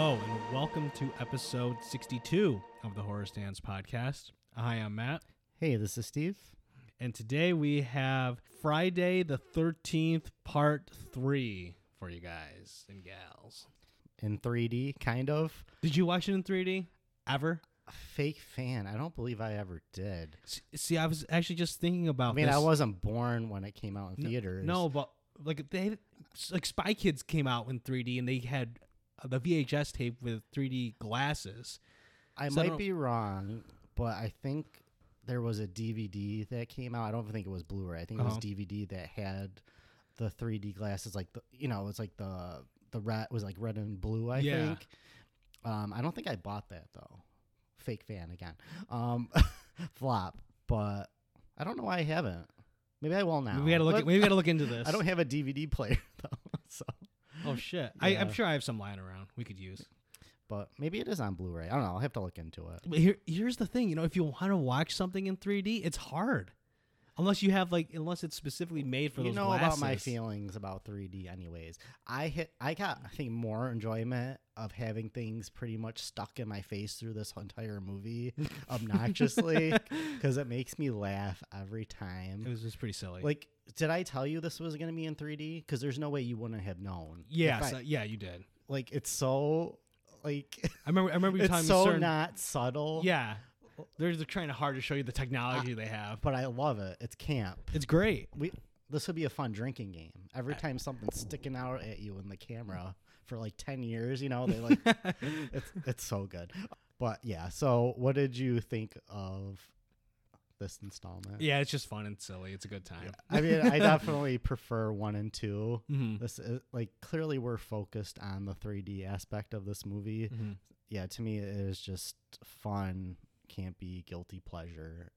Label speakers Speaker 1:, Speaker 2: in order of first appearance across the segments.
Speaker 1: Welcome to episode 62 of the Horror Stands podcast. Hi, I'm Matt.
Speaker 2: Hey, this is Steve.
Speaker 1: And today we have Friday the 13th, part three for you guys and gals.
Speaker 2: In 3D, kind of.
Speaker 1: Did you watch it in 3D ever?
Speaker 2: A fake fan. I don't believe I ever did.
Speaker 1: S- See, I was actually just thinking about
Speaker 2: I mean,
Speaker 1: this.
Speaker 2: I wasn't born when it came out in theaters.
Speaker 1: No, but like they like Spy Kids came out in 3D and they had uh, the VHS tape with 3D glasses.
Speaker 2: I
Speaker 1: so I
Speaker 2: might
Speaker 1: don't-
Speaker 2: be wrong, but I think there was a DVD that came out. I don't think it was Blu-ray. I think it
Speaker 1: Uh-huh.
Speaker 2: was DVD that had the 3D glasses, like the you know, it's like the the red was like red and blue. I
Speaker 1: Yeah.
Speaker 2: think. Um, I don't think I bought that though. Fake fan again. Um, flop. But I don't know why I haven't. Maybe I will now.
Speaker 1: We gotta look.
Speaker 2: But
Speaker 1: we gotta look into this.
Speaker 2: I don't have a DVD player though, so.
Speaker 1: Oh shit! I, I'm
Speaker 2: Yeah.
Speaker 1: sure I have some lying around we could use.
Speaker 2: But maybe it is on Blu-ray. I don't know. I'll have to look into it.
Speaker 1: But here, here's the thing. You know, if you want to watch something in 3D, it's hard, unless you have like, unless it's specifically made for
Speaker 2: you
Speaker 1: those
Speaker 2: know about my
Speaker 1: glasses.
Speaker 2: feelings about 3D anyways. I hit I got I think more enjoyment of having things pretty much stuck in my face through this entire movie obnoxiously cuz it makes me laugh every
Speaker 1: It
Speaker 2: time.
Speaker 1: was just pretty silly.
Speaker 2: Like did I tell you this was going to be in 3D cuz there's no way you wouldn't have known.
Speaker 1: yeah,
Speaker 2: If I-
Speaker 1: so- yeah, you did.
Speaker 2: like it's so like
Speaker 1: I remember. I remember you telling
Speaker 2: it's
Speaker 1: me
Speaker 2: so
Speaker 1: certain.
Speaker 2: not subtle.
Speaker 1: yeah, they're just trying hard to show you the technology they have.
Speaker 2: But I love it. It's camp.
Speaker 1: It's great.
Speaker 2: we this would be a fun drinking game. Every time something's sticking out at you in the camera for like ten years, you know, they like it's it's so good. But yeah, so what did you think of this installment?
Speaker 1: Yeah, it's just fun and silly. It's a good time.
Speaker 2: I mean, I definitely prefer one and 2
Speaker 1: Mm-hmm.
Speaker 2: This is like clearly we're focused on the 3D aspect of this movie.
Speaker 1: Mm-hmm.
Speaker 2: Yeah, to me, it is just fun, campy, guilty pleasure,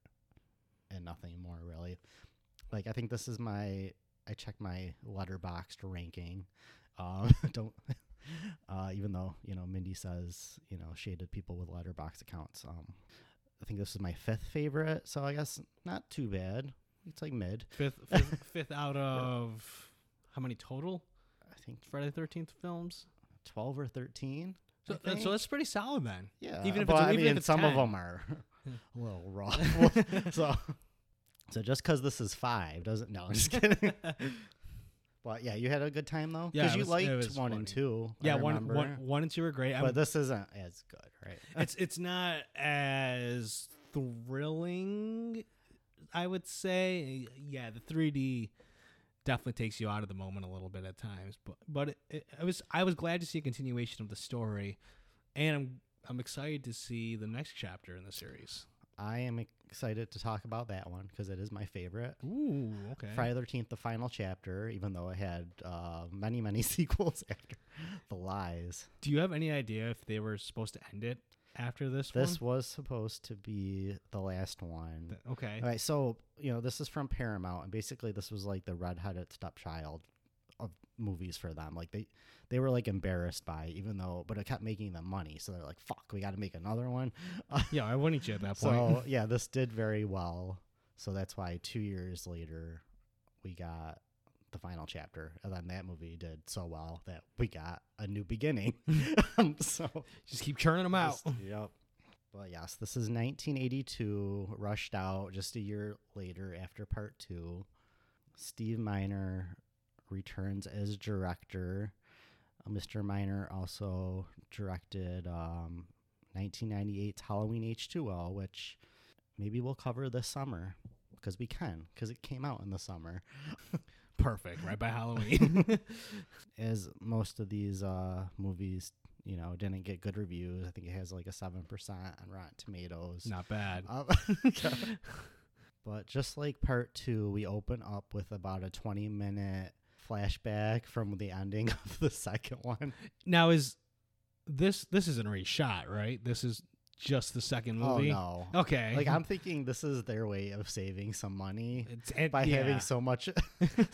Speaker 2: and nothing more really. Like I think this is my I check my letterboxed ranking. Um, don't uh, even though you know Mindy says you know shaded people with letterbox accounts. Um, I think this is my fifth favorite, so I guess not too bad. It's like mid.
Speaker 1: Fifth, fifth, fifth out of how many total
Speaker 2: I think
Speaker 1: Friday the Thirteenth films?
Speaker 2: 12 or 13. I
Speaker 1: So,
Speaker 2: think.
Speaker 1: so that's pretty solid then.
Speaker 2: yeah.
Speaker 1: even if
Speaker 2: but
Speaker 1: it's,
Speaker 2: I
Speaker 1: even
Speaker 2: mean,
Speaker 1: if it's
Speaker 2: some
Speaker 1: 10.
Speaker 2: of them are a little raw. so, so just because this is five doesn't, no, I'm just kidding. but yeah, you had a good time though?
Speaker 1: Yeah, it
Speaker 2: Because you
Speaker 1: was-
Speaker 2: liked
Speaker 1: it was
Speaker 2: one
Speaker 1: funny.
Speaker 2: and two. I
Speaker 1: Yeah, one,
Speaker 2: remember.
Speaker 1: one, one and two are great. I'm-
Speaker 2: But this isn't as good, right?
Speaker 1: it's it's not as thrilling i would say yeah the 3d definitely takes you out of the moment a little bit at times but but it, it, i was i was glad to see a continuation of the story and i'm i'm excited to see the next chapter in the series
Speaker 2: I am excited to talk about that one because it is my favorite.
Speaker 1: ooh okay
Speaker 2: Friday the 13th, the final chapter, even though it had uh, many, many sequels after The Lies.
Speaker 1: do you have any idea if they were supposed to end it after this,
Speaker 2: This
Speaker 1: one
Speaker 2: was supposed to be the last one.
Speaker 1: okay
Speaker 2: All right, so you know this is from Paramount, and basically this was like the redheaded stepchild of movies for them. Like they they were like embarrassed by, it, even though, but it kept making them money, so they're like, "Fuck, we got to make another one." Uh,
Speaker 1: yeah i wouldn't you at that point
Speaker 2: so yeah, this did very well, so that's why two years later we got the final chapter, and then that movie did so well that we got a new beginning. um, so
Speaker 1: just keep churning them out
Speaker 2: just- yep. But yes, this is 1982, rushed out just a year later after part two. Steve Miner returns as director. Uh, Mr. Miner also directed um, 1998's Halloween H2O, which maybe we'll cover this summer because we can, because it came out in the summer.
Speaker 1: perfect right by halloween
Speaker 2: as most of these uh, movies, you know, didn't get good reviews. I think it has like a seven percent on Rotten Tomatoes.
Speaker 1: not bad
Speaker 2: Um, but just like part two, we open up with about a twenty-minute flashback from the ending of the second one.
Speaker 1: Now is this this isn't reshot, right? This is just the second
Speaker 2: Oh
Speaker 1: movie.
Speaker 2: no!
Speaker 1: Okay.
Speaker 2: Like I'm thinking this is their way of saving some money
Speaker 1: it's, it,
Speaker 2: by
Speaker 1: yeah.
Speaker 2: having so much,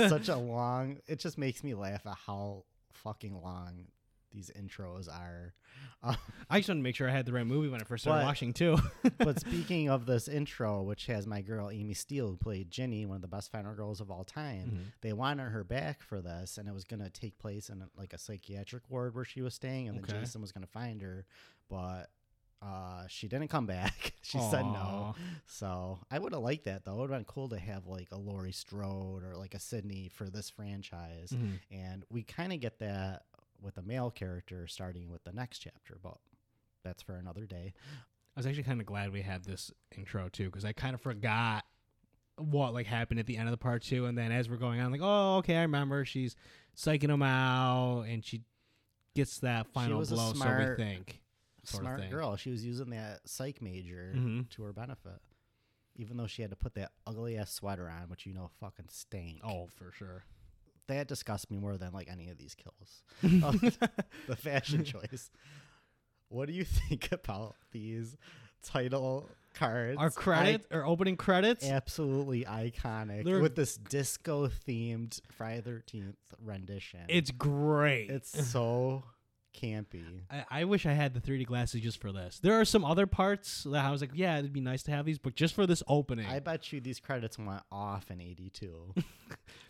Speaker 2: such a long. It just makes me laugh at how fucking long these intros are. Um,
Speaker 1: I just wanted to make sure I had the right movie when I first started
Speaker 2: But-
Speaker 1: watching too.
Speaker 2: but speaking of this intro, which has my girl Amy Steele, who played Ginny, one of the best final girls of all time,
Speaker 1: Mhm.
Speaker 2: they wanted her back for this, and it was going to take place in like a psychiatric ward where she was staying, and
Speaker 1: Okay.
Speaker 2: then Jason was going to find her, but uh, she didn't come back. she said
Speaker 1: Aw.
Speaker 2: no. So I would have liked that though. It would have been cool to have like a Laurie Strode or like a Sydney for this franchise,
Speaker 1: Mhm.
Speaker 2: and we kind of get that with a male character starting with the next chapter, but that's for another day.
Speaker 1: I was actually kind of glad we had this intro too because I kind of forgot what like happened at the end of the part two, and then as we're going on, like, oh, okay, I remember she's psyching him out, and she gets that final
Speaker 2: was a
Speaker 1: blow. so we
Speaker 2: smart-
Speaker 1: think, sort of
Speaker 2: smart
Speaker 1: thing.
Speaker 2: girl. She was using that psych major
Speaker 1: Mhm.
Speaker 2: to her benefit, even though she had to put that ugly ass sweater on, which you know fucking stank.
Speaker 1: oh, for sure.
Speaker 2: that disgusts me more than like any of these kills. Uh, the fashion choice. What do you think about these title cards?
Speaker 1: Our credit or opening credits?
Speaker 2: I- absolutely iconic
Speaker 1: They're-
Speaker 2: with this disco themed Friday Thirteenth rendition.
Speaker 1: It's great.
Speaker 2: it's so campy.
Speaker 1: I, I wish I had the 3D glasses just for this. There are some other parts that I was like, yeah, it'd be nice to have these, but just for this opening,
Speaker 2: I bet you these credits went off in '82.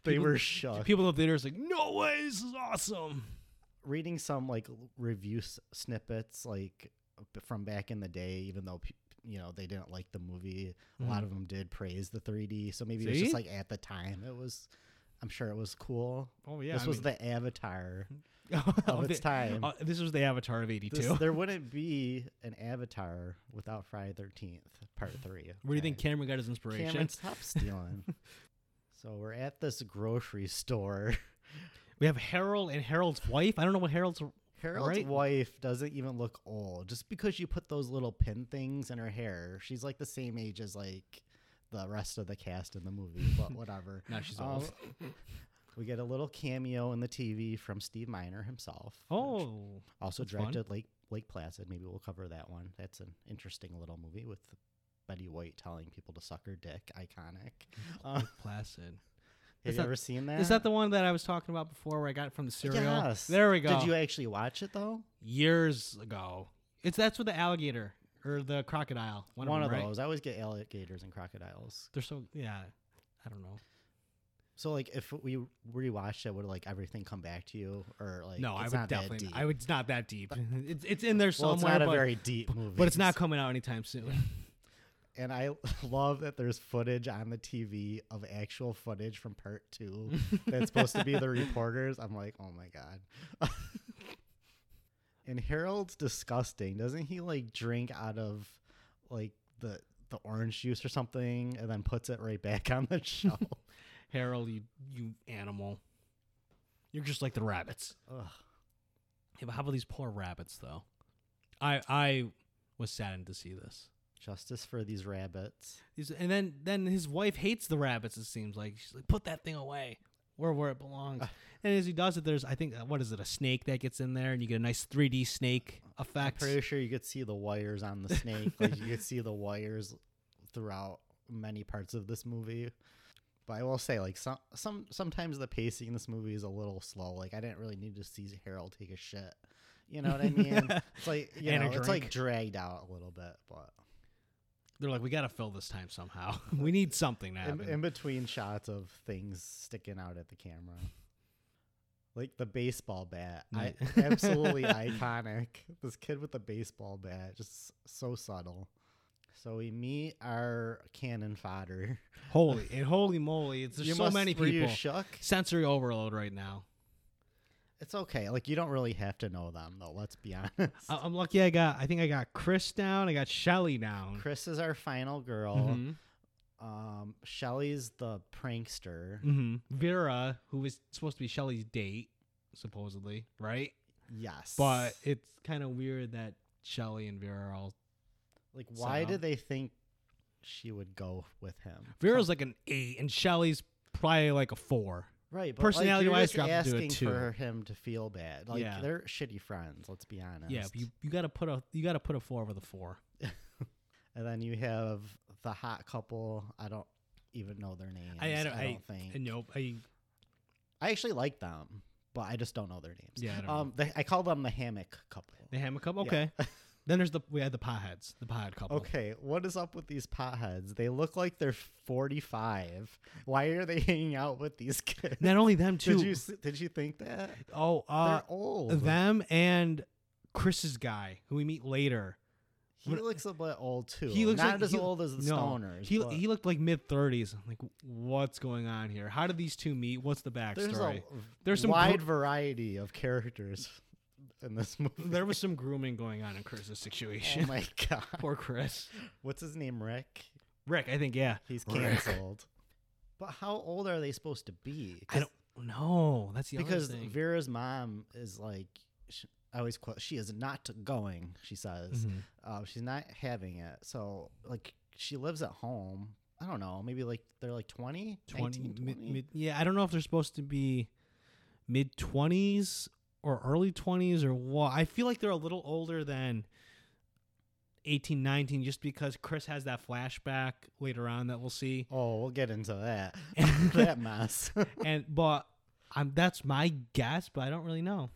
Speaker 2: they
Speaker 1: People-
Speaker 2: were shook.
Speaker 1: people in the theater is like, no way, this is awesome.
Speaker 2: reading some like l- review s- snippets like b- from back in the day even though pe- you know they didn't like the movie a lot of them did praise the 3d so maybe it's
Speaker 1: Mm-hmm. See?
Speaker 2: just like at the time it was i'm sure it was cool
Speaker 1: Oh yeah,
Speaker 2: this
Speaker 1: I
Speaker 2: was
Speaker 1: mean-
Speaker 2: the avatar
Speaker 1: of
Speaker 2: its Oh, time.
Speaker 1: uh, this was Oh, the Avatar of '82.
Speaker 2: this, there wouldn't be an avatar without friday 13th part 3
Speaker 1: Where do you think
Speaker 2: okay?
Speaker 1: Cameron got his inspiration?
Speaker 2: cameron stop stealing so we're at this grocery store
Speaker 1: we have Harold and Harold's wife. I don't know what Harold's.
Speaker 2: Harold's
Speaker 1: Right?
Speaker 2: wife doesn't even look old. Just because you put those little pin things in her hair, she's like the same age as like the rest of the cast in the movie. But whatever.
Speaker 1: Now she's
Speaker 2: Um,
Speaker 1: old.
Speaker 2: we get a little cameo in the TV from Steve Miner himself. which
Speaker 1: Oh,
Speaker 2: also
Speaker 1: that's fun.
Speaker 2: directed Lake Lake Placid. Maybe we'll cover that one. That's an interesting little movie with Betty White telling people to suck her dick. Iconic. Uh,
Speaker 1: Lake Placid.
Speaker 2: have
Speaker 1: Is
Speaker 2: you
Speaker 1: that-
Speaker 2: ever seen that?
Speaker 1: Is that the one that I was talking about before, where I got it from the cereal?
Speaker 2: Yes.
Speaker 1: There we go.
Speaker 2: Did you actually watch it though?
Speaker 1: Years ago, it's that's with the alligator or the crocodile. One,
Speaker 2: One,
Speaker 1: of,
Speaker 2: of
Speaker 1: them, right?
Speaker 2: those. I always get alligators and crocodiles.
Speaker 1: They're so yeah. I don't know.
Speaker 2: So like if we rewatched it, would like everything come back to you or like
Speaker 1: no, I
Speaker 2: it's
Speaker 1: would
Speaker 2: not that
Speaker 1: definitely.
Speaker 2: deep.
Speaker 1: I would. It's not that deep. it's it's in there
Speaker 2: well,
Speaker 1: somewhere,
Speaker 2: it's not a
Speaker 1: but,
Speaker 2: very deep movie,
Speaker 1: but it's not coming out anytime soon.
Speaker 2: And I love that there's footage on the TV of actual footage from part two that's supposed to be the reporters. I'm like, oh my god. and Harold's disgusting. Doesn't he like drink out of like the the orange juice or something, and then puts it right back on the shelf?
Speaker 1: Harold, you you animal. You're just like the rabbits.
Speaker 2: Ugh.
Speaker 1: Yeah, but how about these poor rabbits though? I I was saddened to see this.
Speaker 2: Justice for these rabbits.
Speaker 1: These- And then then his wife hates the rabbits. It seems like she's like, put that thing away, where where it belongs. and as he does it, there's I think uh, what is it a snake that gets in there, and you get a nice 3D snake effect.
Speaker 2: Pretty sure you could see the wires on the snake. like you could see the wires throughout many parts of this movie. But I will say, like some some sometimes the pacing in this movie is a little slow. Like I didn't really need to see Harold take a shit. You know what I mean? it's like you
Speaker 1: And a
Speaker 2: know, it's like
Speaker 1: drink.
Speaker 2: dragged out a little bit, but
Speaker 1: They're like, we gotta fill this time somehow. we need something to
Speaker 2: in,
Speaker 1: happen.
Speaker 2: in between shots of things sticking out at the camera. Like the baseball bat, I,
Speaker 1: Right.
Speaker 2: absolutely iconic. This kid with the baseball bat, just so subtle. So we meet our cannon fodder.
Speaker 1: holy and holy moly! It's there's
Speaker 2: You
Speaker 1: so
Speaker 2: must-
Speaker 1: many
Speaker 2: were you
Speaker 1: people.
Speaker 2: shook?
Speaker 1: Sensory overload right now.
Speaker 2: It's okay. Like you don't really have to know them, though. Let's be honest.
Speaker 1: I- I'm lucky. I got. I think I got Chris down. I got Shelly down.
Speaker 2: Chris is our final girl.
Speaker 1: Mhm.
Speaker 2: Um, Shelly's the prankster.
Speaker 1: hmm Vera, who was supposed to be Shelley's date, supposedly, right?
Speaker 2: Yes,
Speaker 1: But it's kind of weird that Shelley and Vera are all.
Speaker 2: like, why
Speaker 1: So-
Speaker 2: do they think she would go with him?
Speaker 1: Vera's like an eight, and Shelley's probably like a four.
Speaker 2: Right, but personality
Speaker 1: Personality-wise,
Speaker 2: wise,
Speaker 1: drop
Speaker 2: like,
Speaker 1: it to a
Speaker 2: you're just asking
Speaker 1: two.
Speaker 2: for him to feel bad. Like
Speaker 1: Yeah.
Speaker 2: they're shitty friends. Let's be honest.
Speaker 1: Yeah, but you you gotta put a you gotta put a four over the four.
Speaker 2: and then you have the hot couple. I don't even know their names.
Speaker 1: I, I don't, I,
Speaker 2: think.
Speaker 1: I, nope. I
Speaker 2: I actually like them. but I just don't know their names.
Speaker 1: Yeah, I don't
Speaker 2: um, the, I call them the hammock couple.
Speaker 1: They hammock couple. Okay. then there's the we had the potheads, the pothead couple.
Speaker 2: Okay, what is up with these potheads? They look like they're 45. Why are they hanging out with these kids?
Speaker 1: Not only them too.
Speaker 2: Did you s- did you think that?
Speaker 1: oh, uh,
Speaker 2: they're old.
Speaker 1: them and Chris's guy who we meet later.
Speaker 2: he looks a bit old too.
Speaker 1: He looks
Speaker 2: not
Speaker 1: like,
Speaker 2: as
Speaker 1: he-
Speaker 2: old as the
Speaker 1: no,
Speaker 2: stoners.
Speaker 1: He
Speaker 2: but
Speaker 1: he looked like mid thirties. I'm like, what's going on here? How did these two meet? What's the
Speaker 2: there's
Speaker 1: backstory?
Speaker 2: a
Speaker 1: There's some
Speaker 2: wide
Speaker 1: gro-
Speaker 2: variety of characters in this movie.
Speaker 1: there was some grooming going on in Chris's situation.
Speaker 2: Oh my god!
Speaker 1: Poor Chris.
Speaker 2: What's his name? Rick.
Speaker 1: Rick, I think, yeah.
Speaker 2: He's
Speaker 1: Rick.
Speaker 2: canceled. But how old are they supposed to be?
Speaker 1: I don't know. That's the
Speaker 2: because
Speaker 1: other thing.
Speaker 2: Vera's mom is like, sh I always quote, she is not going. She says
Speaker 1: Mhm.
Speaker 2: uh, she's not having it. So like she lives at home. I don't know. Maybe like they're like 20,
Speaker 1: 20,
Speaker 2: 19,
Speaker 1: mid,
Speaker 2: 20?
Speaker 1: mid, yeah i don't know if they're supposed to be mid 20s or early 20s or what i feel like they're a little older than 18 19 just because chris has that flashback later on that we'll see
Speaker 2: Oh, we'll get into that. that mess.
Speaker 1: and but I'm, that's my guess but i don't really know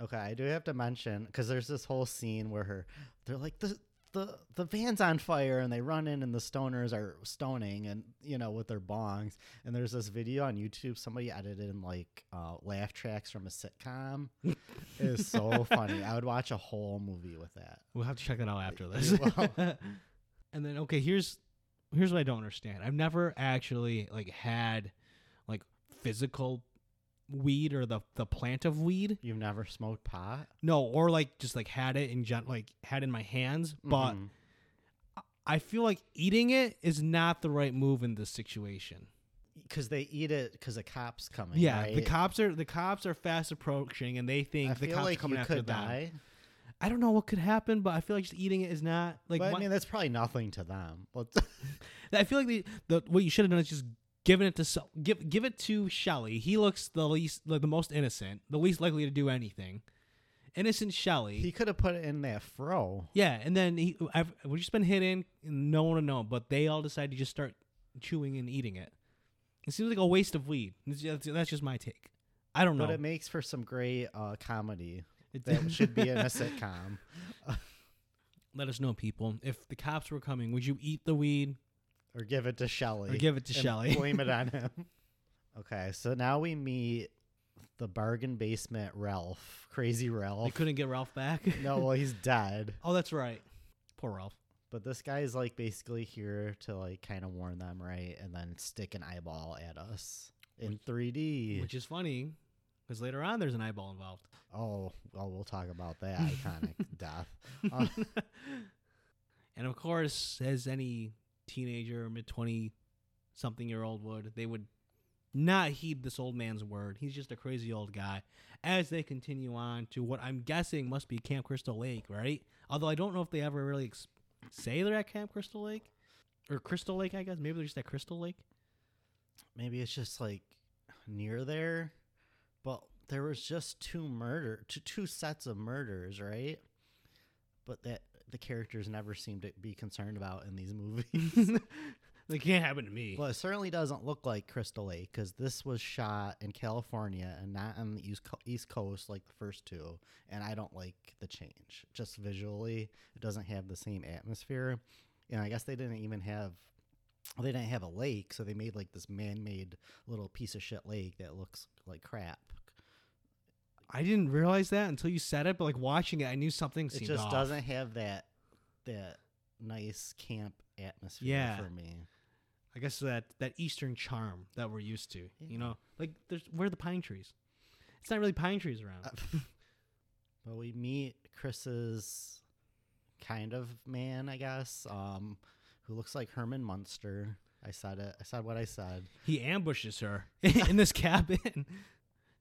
Speaker 2: okay, I do have to mention because there's this whole scene where her, they're like the. The, the van's on fire and they run in and the stoners are stoning and you know with their bongs and there's this video on YouTube somebody edited in like uh, laugh tracks from a sitcom. it is so funny. I would watch a whole movie with that.
Speaker 1: we'll have to check that out after this
Speaker 2: will.
Speaker 1: and then okay here's here's what i don't understand i've never actually like had like physical weed or the the plant of weed
Speaker 2: You've never smoked pot,
Speaker 1: No, or like just like had it in gen- like had it in my hands, but
Speaker 2: Mhm.
Speaker 1: I feel like eating it is not the right move in this situation.
Speaker 2: because they eat it because a cop's coming.
Speaker 1: yeah, the
Speaker 2: right?
Speaker 1: cops are the cops are fast approaching, and they think
Speaker 2: I
Speaker 1: the
Speaker 2: feel
Speaker 1: cops
Speaker 2: like
Speaker 1: are coming
Speaker 2: you
Speaker 1: after
Speaker 2: could
Speaker 1: them.
Speaker 2: die.
Speaker 1: I don't know what could happen, but I feel like just eating it is not like.
Speaker 2: but I
Speaker 1: one-
Speaker 2: mean, that's probably nothing to them. But
Speaker 1: I feel like the, the what you should have done is just given it to so- give give it to Shelly. He looks the least like the most innocent, the least likely to do anything. Innocent Shelly.
Speaker 2: he could have put it in that fro.
Speaker 1: Yeah, and then he I've, we've just been hidden, and no one would know. But they all decide to just start chewing and eating it. It seems like a waste of weed. It's just- that's just my take. I don't know.
Speaker 2: But it makes for some great uh, comedy
Speaker 1: It-
Speaker 2: that should be in a sitcom.
Speaker 1: Let us know, people. If the cops were coming, would you eat the weed?
Speaker 2: Or give it to Shelley.
Speaker 1: Or give it to
Speaker 2: and
Speaker 1: Shelley.
Speaker 2: Blame it on him. Okay, so now we meet the bargain basement Ralph, crazy
Speaker 1: They
Speaker 2: Ralph.
Speaker 1: couldn't get Ralph back.
Speaker 2: No, well, he's dead.
Speaker 1: Oh, that's right. Poor Ralph.
Speaker 2: But this guy is like basically here to like kind of warn them, right? And then stick an eyeball at us in 3D.
Speaker 1: Which is funny, because later on there's an eyeball involved.
Speaker 2: Oh, oh, we'll talk about that iconic death. Uh,
Speaker 1: and of course, as any teenager, mid twenty something year old would, they would not heed this old man's word. He's just a crazy old guy. As they continue on to what I'm guessing must be Camp Crystal Lake, right? Although I don't know if they ever really ex- say they're at Camp Crystal Lake or Crystal Lake, I guess. Maybe they're just at Crystal Lake.
Speaker 2: Maybe it's just like near there, but there was just two murder, two, two sets of murders, right? But that the characters never seem to be concerned about in these movies.
Speaker 1: That can't happen to me.
Speaker 2: well, it certainly doesn't look like Crystal Lake because this was shot in California and not on the East, Co- East Coast like the first two. And I don't like the change. Just visually, it doesn't have the same atmosphere. And I guess they didn't even have. They didn't have a lake, so they made like this man-made little piece of shit lake that looks like crap.
Speaker 1: I didn't realize that until you said it, but like watching it, I knew something
Speaker 2: It
Speaker 1: seemed
Speaker 2: just
Speaker 1: off.
Speaker 2: doesn't have that that nice camp atmosphere
Speaker 1: Yeah.
Speaker 2: for me.
Speaker 1: I guess that that eastern charm that we're used to.
Speaker 2: Yeah.
Speaker 1: You know, like there's where are the pine trees? It's not really pine trees around.
Speaker 2: Uh, But we meet Chris's kind of man, I guess, um, who looks like Herman Munster. I said it. I said what I said.
Speaker 1: he ambushes her in this cabin.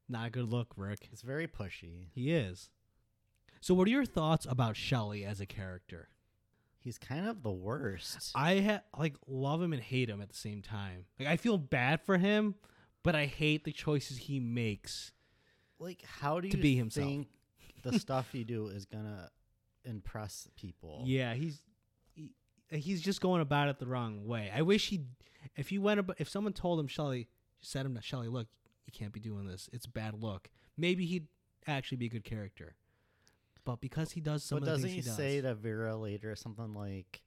Speaker 1: not a good look, Rick.
Speaker 2: It's very pushy.
Speaker 1: He is. So, what are your thoughts about Shelley as a character?
Speaker 2: He's kind of the worst.
Speaker 1: I ha- like love him and hate him at the same time. Like I feel bad for him, but I hate the choices he makes.
Speaker 2: like, how do you
Speaker 1: To be himself.
Speaker 2: think the stuff you do is gonna impress people?
Speaker 1: Yeah, he's he, he's just going about it the wrong way. I wish he, if he went, ab- if someone told him Shelly, said him to Shelly, look, you can't be doing this. It's a bad look. Maybe he'd actually be a good character, but because he does some
Speaker 2: but
Speaker 1: of the
Speaker 2: doesn't
Speaker 1: things
Speaker 2: he,
Speaker 1: does,
Speaker 2: say to Vera later something like,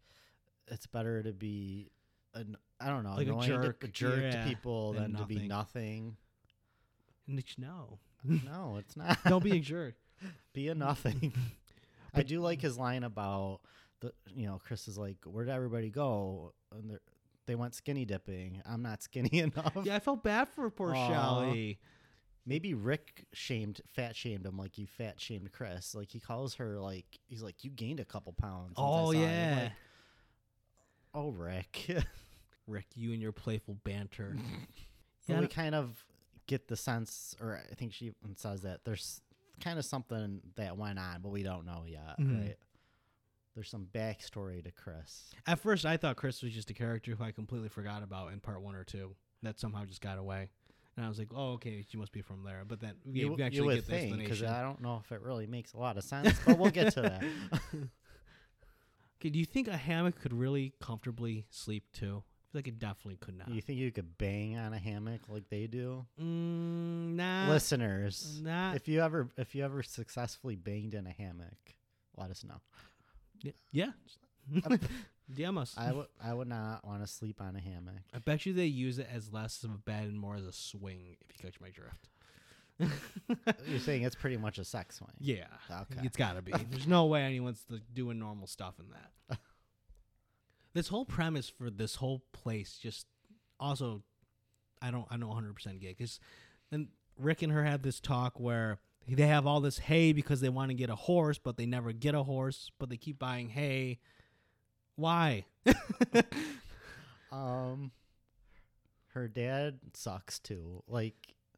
Speaker 2: "It's better to be an I don't know,
Speaker 1: Like a
Speaker 2: annoying to-
Speaker 1: jerk,
Speaker 2: a jerk
Speaker 1: yeah,
Speaker 2: to people
Speaker 1: than
Speaker 2: than, to be nothing."
Speaker 1: And it's- no,
Speaker 2: no, it's not.
Speaker 1: don't be a jerk.
Speaker 2: be a nothing. I do like his line about the you know Chris is like, "Where'd everybody go?" And they're- they went skinny dipping. I'm not skinny enough.
Speaker 1: Yeah, I felt bad for poor
Speaker 2: Aw.
Speaker 1: Shelly.
Speaker 2: Maybe Rick shamed, fat shamed him like you fat shamed Chris. Like he calls her like he's like you gained a couple pounds. since I
Speaker 1: Oh
Speaker 2: saw you." I'm
Speaker 1: yeah,
Speaker 2: like, oh Rick.
Speaker 1: Rick, you and your playful banter.
Speaker 2: But
Speaker 1: Yeah, I
Speaker 2: we
Speaker 1: don't-
Speaker 2: kind of get the sense, or I think she even says that there's kind of something that went on, but we don't know yet,
Speaker 1: Mhm.
Speaker 2: right? There's some backstory to Chris.
Speaker 1: At first, I thought Chris was just a character who I completely forgot about in part one or two that somehow just got away. And I was like, oh, okay, she must be from there. But then we
Speaker 2: w-
Speaker 1: we actually
Speaker 2: would
Speaker 1: get the
Speaker 2: think,
Speaker 1: explanation.
Speaker 2: I don't know if it really makes a lot of sense, but we'll get to that.
Speaker 1: okay, do you think a hammock could really comfortably sleep too? I feel like it definitely could not.
Speaker 2: You think you could bang on a hammock like they do,
Speaker 1: Mm, nah.
Speaker 2: listeners?
Speaker 1: Nah.
Speaker 2: If you ever, if you ever successfully banged in a hammock, let us know.
Speaker 1: Y- yeah. DM us.
Speaker 2: I would, I would not want to sleep on a hammock.
Speaker 1: I bet you they use it as less of a bed and more as a swing, if you catch my drift.
Speaker 2: You're saying it's pretty much a sex swing.
Speaker 1: yeah.
Speaker 2: Okay.
Speaker 1: It's got to be. There's no way anyone's like, doing normal stuff in that. this whole premise for this whole place just also, I don't, I don't 100% get because, and Rick and her had this talk where they have all this hay because they want to get a horse, but they never get a horse, but they keep buying hay. Why?
Speaker 2: Um, her dad sucks too. Like,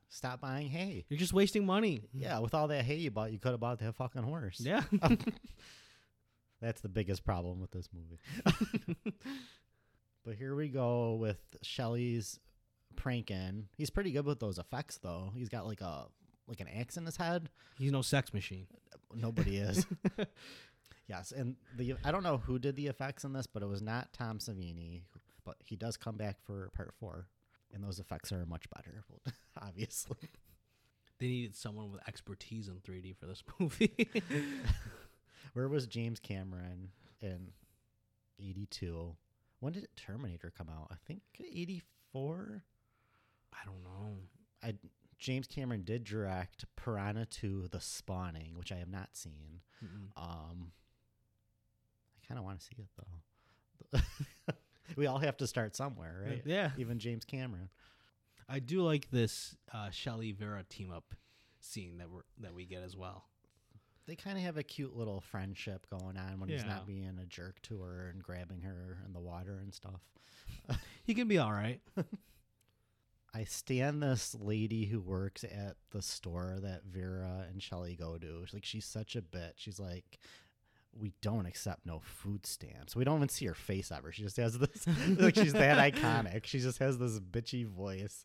Speaker 2: stop buying hay.
Speaker 1: You're just wasting money.
Speaker 2: Yeah, with all that hay you bought, you could have bought that fucking horse.
Speaker 1: Yeah.
Speaker 2: That's the biggest problem with this movie. But here we go with Shelly's pranking. He's pretty good with those effects though. He's got like a like an axe in his head.
Speaker 1: He's no sex machine.
Speaker 2: Nobody is. yes, and the I don't know who did the effects in this, but it was not Tom Savini. But he does come back for part four, and those effects are much better, obviously.
Speaker 1: They needed someone with expertise in 3D for this movie.
Speaker 2: Where was James Cameron in '82? When did Terminator come out? I think '84.
Speaker 1: I don't know.
Speaker 2: James Cameron did direct Piranha 2: The Spawning, which I have not seen.
Speaker 1: Mm-mm.
Speaker 2: Um, I kind of want to see it though. we all have to start somewhere, right?
Speaker 1: Yeah.
Speaker 2: Even James Cameron.
Speaker 1: I do like this uh, Shelly Vera team up scene that we are that we get as well.
Speaker 2: They kind of have a cute little friendship going on when he's
Speaker 1: Yeah.
Speaker 2: not being a jerk to her and grabbing her in the water and stuff.
Speaker 1: He can be all right.
Speaker 2: I stand this lady who works at the store that Vera and Shelly go to. She's like she's such a bitch. She's like we don't accept no food stamps. We don't even see her face ever. She just has this like she's that iconic. She just has this bitchy voice.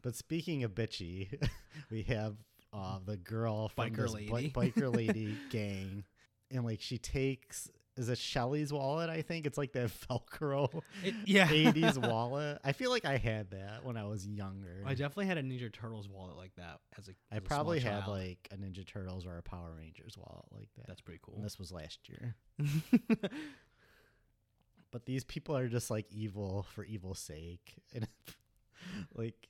Speaker 2: But speaking of bitchy, we have uh, the girl from
Speaker 1: Biker
Speaker 2: this
Speaker 1: lady.
Speaker 2: bi- biker lady gang, and like she takes is it Shelly's wallet? I think it's like that Velcro
Speaker 1: It- yeah.
Speaker 2: 80s wallet. I feel like I had that when I was younger.
Speaker 1: I definitely had a Ninja Turtles wallet like that as a.
Speaker 2: I
Speaker 1: as a small
Speaker 2: probably had
Speaker 1: child.
Speaker 2: like a Ninja Turtles or a Power Rangers wallet like that.
Speaker 1: That's pretty
Speaker 2: And
Speaker 1: cool.
Speaker 2: this was last year. But these people are just like evil for evil's sake. And like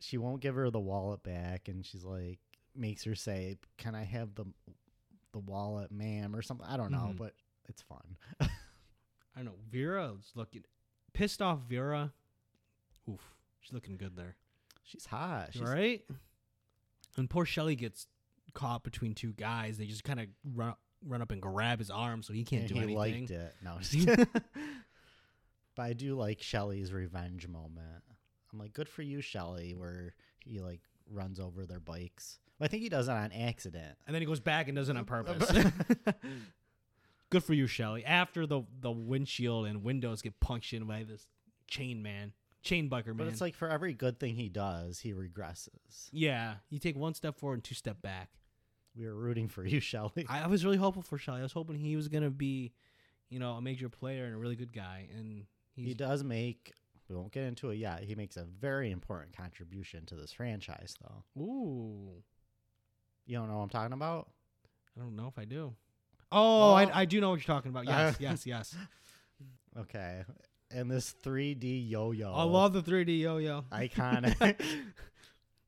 Speaker 2: she won't give her the wallet back and she's like makes her say, "Can I have the the wallet, ma'am?" or something. I don't know,
Speaker 1: Mhm.
Speaker 2: but it's fun.
Speaker 1: I know Vera's looking pissed off. Vera, oof, she's looking good there.
Speaker 2: She's hot. She's
Speaker 1: All right. And poor Shelly gets caught between two guys. They just kind of run run up and grab his arm, so he can't
Speaker 2: and
Speaker 1: do
Speaker 2: he
Speaker 1: anything.
Speaker 2: liked it. No, I'm just kidding. but I do like Shelly's revenge moment. I'm like, good for you, Shelly, where he like runs over their bikes. I think he does it on accident.
Speaker 1: And then he goes back and does it on purpose. Good for you, Shelly. After the the windshield and windows get punctured by this chain man, chain biker man.
Speaker 2: But it's like for every good thing he does, he regresses.
Speaker 1: yeah, you take one step forward and two step back.
Speaker 2: We are rooting for you, Shelly.
Speaker 1: I, I was really hopeful for Shelly. I was hoping he was gonna be, you know, a major player and a really good guy. And he's
Speaker 2: He does make. We won't get into it yet. He makes a very important contribution to this franchise, though.
Speaker 1: ooh,
Speaker 2: You don't know what I'm talking about?
Speaker 1: I don't know if I do. Oh,
Speaker 2: Oh.
Speaker 1: I, I do know what you're talking about. Yes, yes, yes.
Speaker 2: Okay. And this 3D yo-yo.
Speaker 1: I love the 3D yo-yo.
Speaker 2: iconic.
Speaker 1: Like,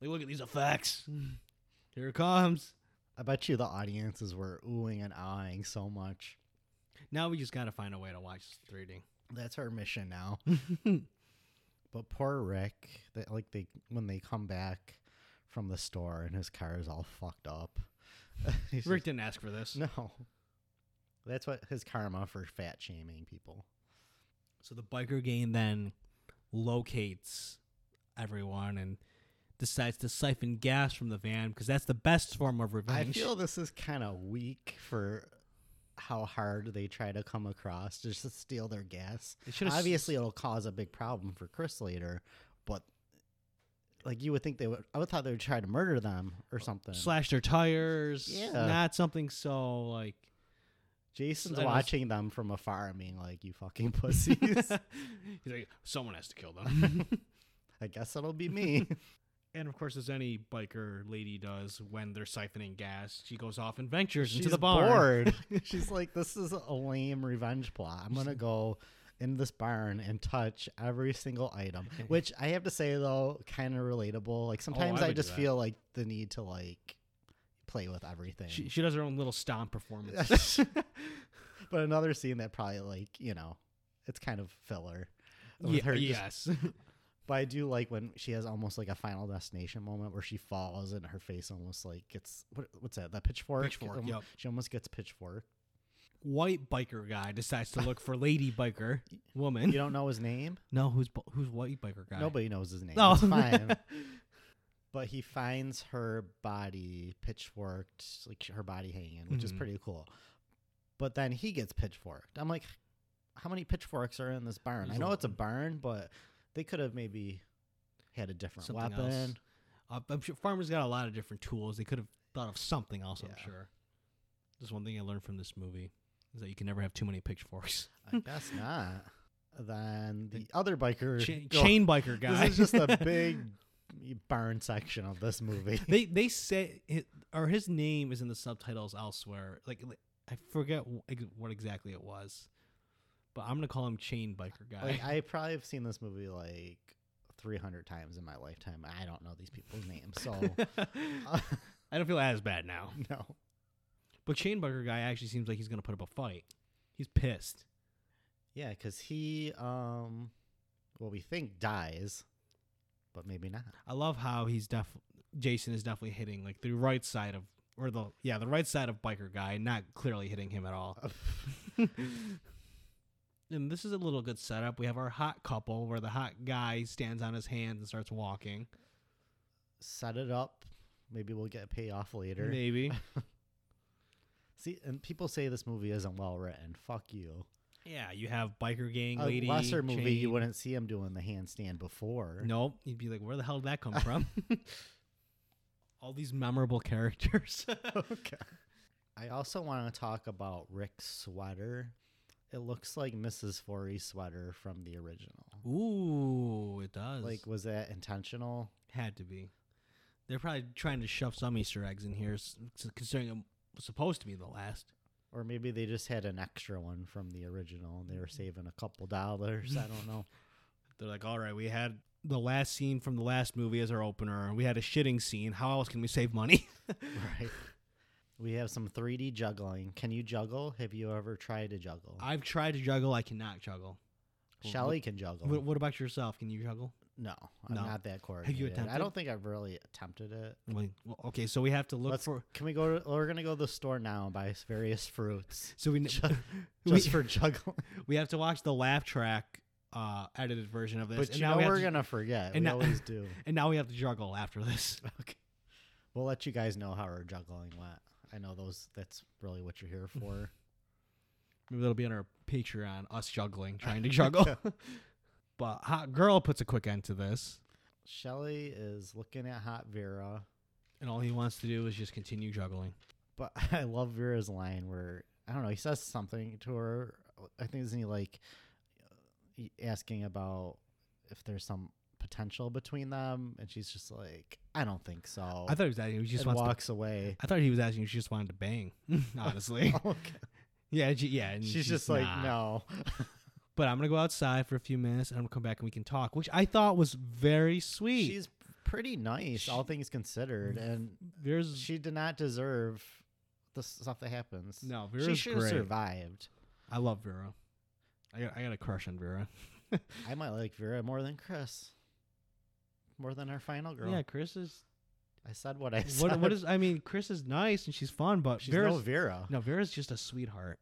Speaker 1: look at these effects. Here it comes.
Speaker 2: I bet you the audiences were oohing and eyeing so much.
Speaker 1: Now we just gotta find a way to watch 3D.
Speaker 2: That's our mission now. But poor Rick, that like they when they come back from the store and his car is all fucked up. He's
Speaker 1: Rick didn't ask for this.
Speaker 2: just- no. That's what his karma for fat shaming people.
Speaker 1: So the biker gang then locates everyone and decides to siphon gas from the van because that's the best form of
Speaker 2: I
Speaker 1: revenge.
Speaker 2: feel this is kind of weak for how hard they try to come across just to steal their gas.
Speaker 1: They should've s-
Speaker 2: Obviously, it'll cause a big problem for Chris later, but like you would think they would. I would thought they would try to murder them or something.
Speaker 1: slash their tires.
Speaker 2: Yeah.
Speaker 1: Not something so like
Speaker 2: Jason's
Speaker 1: I know.
Speaker 2: watching them from afar and being like, "You fucking pussies."
Speaker 1: He's like, someone has to kill them.
Speaker 2: I guess it'll be me.
Speaker 1: and of course, as any biker lady does when they're siphoning gas, she goes off and ventures
Speaker 2: She's
Speaker 1: into the barn.
Speaker 2: bored. She's like, "This is a lame revenge plot. I'm gonna go." In this barn and touch every single item, which I have to say though, kind of relatable. Like sometimes
Speaker 1: Oh, I
Speaker 2: I
Speaker 1: would do
Speaker 2: just
Speaker 1: that.
Speaker 2: feel like the need to like play with everything.
Speaker 1: She, she does her own little stomp performance.
Speaker 2: but another scene that probably like you know it's kind of filler with
Speaker 1: Ye-
Speaker 2: her just-
Speaker 1: yes.
Speaker 2: but i do like when she has almost like a final destination moment where she falls and her face almost like gets what, what's that that pitchfork
Speaker 1: Pitchfork,
Speaker 2: Almo-
Speaker 1: yep.
Speaker 2: she almost gets pitchfork
Speaker 1: white biker guy decides to look for lady biker woman.
Speaker 2: you don't know his name
Speaker 1: No, who's bu- who's white biker guy?
Speaker 2: nobody knows his name
Speaker 1: Oh.
Speaker 2: it's fine but he finds her body pitchforked like her body hanging which is
Speaker 1: Mhm.
Speaker 2: pretty cool but then he gets pitchforked i'm like how many pitchforks are in this barn i
Speaker 1: There's a
Speaker 2: know
Speaker 1: lot.
Speaker 2: it's a barn but they could have maybe had a different
Speaker 1: Something else.
Speaker 2: weapon
Speaker 1: Uh, I'm sure farmers got a lot of different tools. They could have thought of something else. I'm
Speaker 2: Yeah.
Speaker 1: sure. That's one thing I learned from this movie is that you can never have too many pitchforks.
Speaker 2: i guess not then the other biker
Speaker 1: Cha-
Speaker 2: go-
Speaker 1: chain biker guy.
Speaker 2: this is just a big barn section of this movie
Speaker 1: they they say it, or his name is in the subtitles elsewhere. Like li- I forget wh- ex- what exactly it was, but I'm gonna call him chain biker guy.
Speaker 2: Like I probably have seen this movie like 300 times in my lifetime. I don't know these people's names, so uh,
Speaker 1: I don't feel as bad now.
Speaker 2: no.
Speaker 1: But Chainbugger guy actually seems like he's gonna put up a fight. He's pissed.
Speaker 2: Yeah, because he, um, well, we think dies, but maybe not.
Speaker 1: I love how he's def Jason is definitely hitting like the right side of or the yeah, the right side of biker guy, not clearly hitting him at all. and this is a little good setup. We have our hot couple where the hot guy stands on his hands and starts walking.
Speaker 2: Set it up. Maybe we'll get a payoff later.
Speaker 1: Maybe.
Speaker 2: See, and people say this movie isn't well written. Fuck you.
Speaker 1: yeah, you have biker gang
Speaker 2: A
Speaker 1: lady.
Speaker 2: lesser movie, you
Speaker 1: chain-
Speaker 2: wouldn't see him doing the handstand before.
Speaker 1: Nope. You'd be like, where the hell did that come from? all these memorable characters.
Speaker 2: okay. I also want to talk about Rick's sweater. It looks like Mrs. Forey's sweater from the original.
Speaker 1: Ooh, it does.
Speaker 2: Like, was that intentional?
Speaker 1: Had to be. They're probably trying to shove some Easter eggs in here, s- s- considering it was supposed to be the last.
Speaker 2: Or maybe they just had an extra one from the original and they were saving a couple dollars. I don't know.
Speaker 1: They're like, all right, we had the last scene from the last movie as our opener. We had a shitting scene. How else can we save money?
Speaker 2: right. We have some 3D juggling. Can you juggle? Have you ever tried to juggle?
Speaker 1: I've tried to juggle. I cannot juggle.
Speaker 2: Shelly can juggle.
Speaker 1: What, what about yourself? Can you juggle?
Speaker 2: no, I'm
Speaker 1: No.
Speaker 2: not that coordinated. I
Speaker 1: attempted?
Speaker 2: don't think I've really attempted it.
Speaker 1: Like, well, okay, so we have to look
Speaker 2: Let's,
Speaker 1: for.
Speaker 2: can we go? To, we're gonna go to the store now and buy various fruits.
Speaker 1: So we,
Speaker 2: Ju-
Speaker 1: we,
Speaker 2: just for juggling.
Speaker 1: we have to watch the laugh track uh, edited version of this.
Speaker 2: But
Speaker 1: and
Speaker 2: you
Speaker 1: now
Speaker 2: know
Speaker 1: we have
Speaker 2: we're
Speaker 1: to-
Speaker 2: gonna forget.
Speaker 1: and
Speaker 2: we
Speaker 1: now-
Speaker 2: always do.
Speaker 1: And now we have to juggle after this.
Speaker 2: Okay. We'll let you guys know how our juggling went. I know those. That's really what you're here for.
Speaker 1: Maybe that'll be on our Patreon, us juggling, trying to juggle. but Hot Girl puts a quick end to this,
Speaker 2: Shelly is looking at hot Vera,
Speaker 1: and all he wants to do is just continue juggling.
Speaker 2: but I love Vera's line where I don't know. He says something to her. I think isn't he like uh, asking about if there's some potential between them, and she's just like, I don't think so.
Speaker 1: I thought he was asking. He just
Speaker 2: Oh. and
Speaker 1: wants.
Speaker 2: walks
Speaker 1: To,
Speaker 2: away.
Speaker 1: I thought he was asking. if She just wanted to bang. Honestly,
Speaker 2: Okay.
Speaker 1: yeah, she, yeah. and
Speaker 2: She's, just like,
Speaker 1: nah.
Speaker 2: no.
Speaker 1: But I'm gonna go outside for a few minutes, and I'm gonna come back and we can talk, which I thought was very sweet.
Speaker 2: She's pretty nice, all things considered, and
Speaker 1: Vera's
Speaker 2: she did not deserve the stuff that happens.
Speaker 1: no,
Speaker 2: she
Speaker 1: Vera's
Speaker 2: should have
Speaker 1: great.
Speaker 2: survived.
Speaker 1: I love Vera. I got I got a crush on Vera.
Speaker 2: I might like Vera more than Chris, more than our final girl.
Speaker 1: Yeah, Chris is
Speaker 2: I said what I said.
Speaker 1: what what is I mean, Chris is nice and she's fun, but
Speaker 2: She's
Speaker 1: Vera's
Speaker 2: no Vera.
Speaker 1: no Vera's just a sweetheart.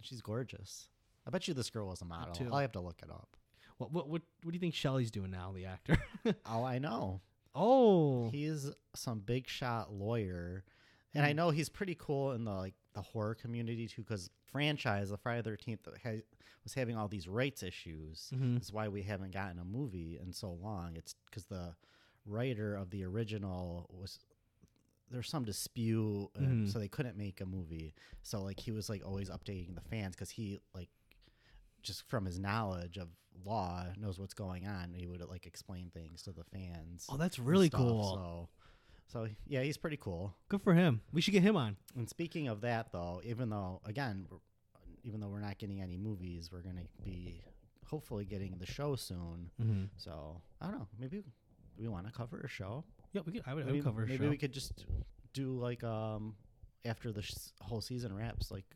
Speaker 2: She's gorgeous. I bet you this girl was a model.
Speaker 1: too.
Speaker 2: I'll have to look it up.
Speaker 1: What what what, what do you think Shelley's doing now, the actor?
Speaker 2: Oh, I know.
Speaker 1: oh,
Speaker 2: He's some big shot lawyer. And
Speaker 1: Hmm.
Speaker 2: I know he's pretty cool in the like the horror community too, because franchise the Friday Thirteenth was having all these rights issues.
Speaker 1: Mhm.
Speaker 2: That's why we haven't gotten a movie in so long. It's because the writer of the original was there's some dispute, and
Speaker 1: Mhm.
Speaker 2: so they couldn't make a movie. So like he was like always updating the fans because he like just from his knowledge of law knows what's going on. He would like explain things to the fans.
Speaker 1: oh, that's
Speaker 2: and
Speaker 1: really
Speaker 2: stuff,
Speaker 1: cool.
Speaker 2: So, so yeah, he's pretty cool.
Speaker 1: Good for him. We should get him on.
Speaker 2: And speaking of that, though, even though again, we're- even though we're not getting any movies, we're gonna be hopefully getting the show soon.
Speaker 1: Mm-hmm.
Speaker 2: So I don't know. Maybe we want to cover a show.
Speaker 1: Yeah, we could. I would, I
Speaker 2: Maybe,
Speaker 1: would cover a
Speaker 2: maybe
Speaker 1: show.
Speaker 2: we could just do like um after the sh- whole season wraps, like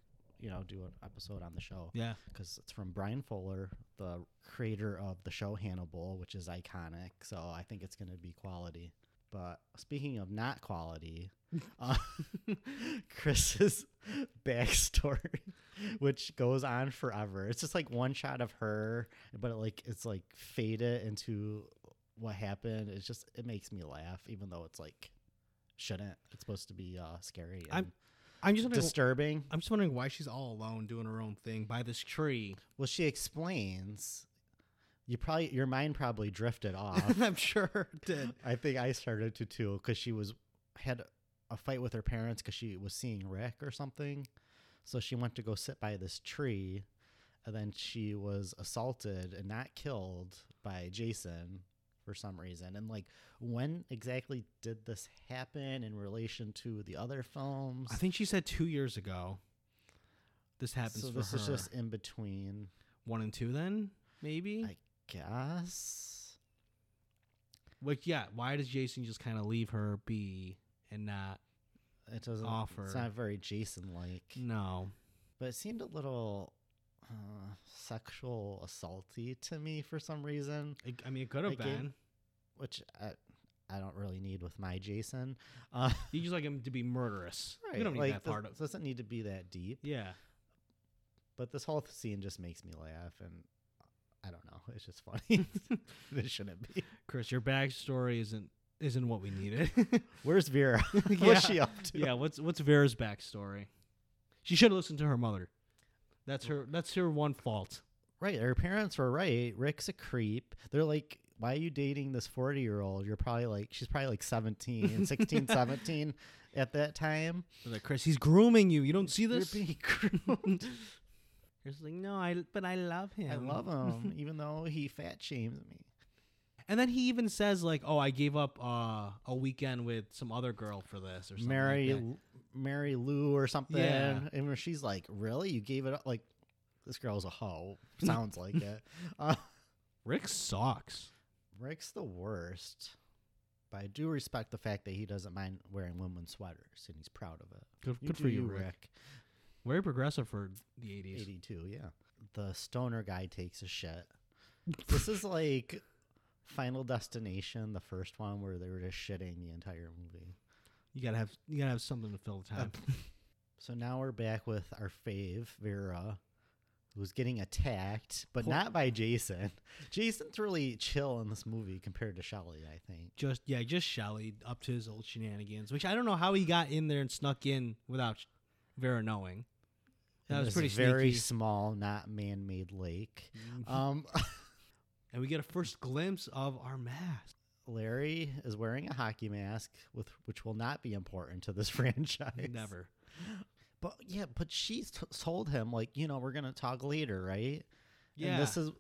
Speaker 2: you know, do an episode on the show
Speaker 1: yeah,
Speaker 2: because it's from Brian Fuller, the creator of the show Hannibal, which is iconic. So I think it's going to be quality. But speaking of not quality, uh, Chris's backstory, which goes on forever. It's just like one shot of her, but it like it's like faded into what happened. It's just it makes me laugh, even though it's like shouldn't. It's supposed to be uh, scary and
Speaker 1: I'm I'm just wondering.
Speaker 2: disturbing.
Speaker 1: I'm just wondering why she's all alone doing her own thing by this tree.
Speaker 2: Well, she explains. You probably your mind probably drifted off.
Speaker 1: I'm sure it did.
Speaker 2: I think I started to too because she was had a fight with her parents because she was seeing Rick or something, so she went to go sit by this tree, and then she was assaulted and not killed by Jason for some reason. And like, when exactly did this happen in relation to the other films?
Speaker 1: I think she said two years ago. This happens
Speaker 2: so.
Speaker 1: for
Speaker 2: This
Speaker 1: her.
Speaker 2: is just in between.
Speaker 1: one and two, then maybe.
Speaker 2: I guess.
Speaker 1: Like, yeah, why does Jason just kind of leave her be and not?
Speaker 2: it doesn't
Speaker 1: offer.
Speaker 2: It's not very Jason like,
Speaker 1: No,
Speaker 2: but it seemed a little uh, sexual assaulty to me for some reason,
Speaker 1: it, I mean it could have
Speaker 2: Like, it-
Speaker 1: been.
Speaker 2: which I, I don't really need with my Jason. Uh,
Speaker 1: You just like him to be murderous.
Speaker 2: right,
Speaker 1: You don't need
Speaker 2: like,
Speaker 1: that
Speaker 2: this
Speaker 1: part of.
Speaker 2: doesn't need to be that deep.
Speaker 1: Yeah,
Speaker 2: But this whole scene just makes me laugh, and I don't know, it's just funny. it shouldn't be.
Speaker 1: Chris, your backstory isn't isn't what we needed.
Speaker 2: Where's Vera? What's she up to?
Speaker 1: yeah, what's what's Vera's backstory? She should have listened to her mother. That's her. That's her one fault.
Speaker 2: Right, her parents were right. Rick's a creep. They're like, why are you dating this 40 year old? You're probably like, she's probably like 17, 16, 17 at that time.
Speaker 1: They're Like Chris, he's grooming you. You don't see
Speaker 2: You're
Speaker 1: this.
Speaker 2: being groomed.
Speaker 1: Chris is like, no, I but I love him.
Speaker 2: I love him, even though he fat shames me.
Speaker 1: And then he even says like, "Oh, I gave up uh, a weekend with some other girl for this or something." like
Speaker 2: Mary,
Speaker 1: that.
Speaker 2: L- Mary Lou or something.
Speaker 1: Yeah.
Speaker 2: And where she's like, really? You gave it up? Like, this girl's a hoe. Sounds like it. Uh,
Speaker 1: Rick sucks.
Speaker 2: Rick's the worst. But I do respect the fact that he doesn't mind wearing women's sweaters and he's proud of it.
Speaker 1: Good,
Speaker 2: You
Speaker 1: good
Speaker 2: do
Speaker 1: for you, Rick. Very progressive for the '80s.
Speaker 2: 82, yeah. The stoner guy takes a shit. this is like Final Destination, the first one where they were just shitting the entire movie.
Speaker 1: You gotta have you gotta have something to fill the time.
Speaker 2: So now we're back with our fave, Vera, who's getting attacked, but
Speaker 1: Poor-
Speaker 2: not by Jason. Jason's really chill in this movie compared to Shelley, I think.
Speaker 1: just yeah, just Shelley up to his old shenanigans, which I don't know how he got in there and snuck in without Sh- Vera knowing. That
Speaker 2: In
Speaker 1: was
Speaker 2: this
Speaker 1: pretty
Speaker 2: very
Speaker 1: sneaky.
Speaker 2: small, not man-made lake. Um,
Speaker 1: and we get a first glimpse of our mask.
Speaker 2: Larry is wearing a hockey mask, with which will not be important to this franchise.
Speaker 1: Never.
Speaker 2: But yeah, but she t- told him like, you know, we're gonna talk later, right?
Speaker 1: Yeah.
Speaker 2: And this is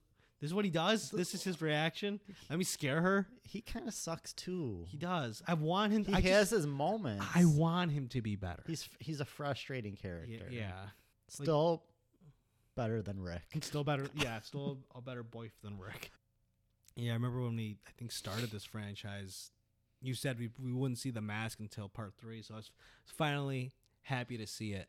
Speaker 1: This is what he does. This is his reaction. Let me scare her.
Speaker 2: He kind of sucks too.
Speaker 1: He does. I want him.
Speaker 2: He
Speaker 1: I
Speaker 2: has
Speaker 1: just-
Speaker 2: his moments.
Speaker 1: I want him to be better.
Speaker 2: He's he's a frustrating
Speaker 1: Y-
Speaker 2: character.
Speaker 1: yeah. like-
Speaker 2: Still better than Rick.
Speaker 1: Still better. Yeah, still a better boy than Rick. Yeah, I remember when we I think started this franchise. You said we we wouldn't see the mask until part three, so I was finally happy to see it.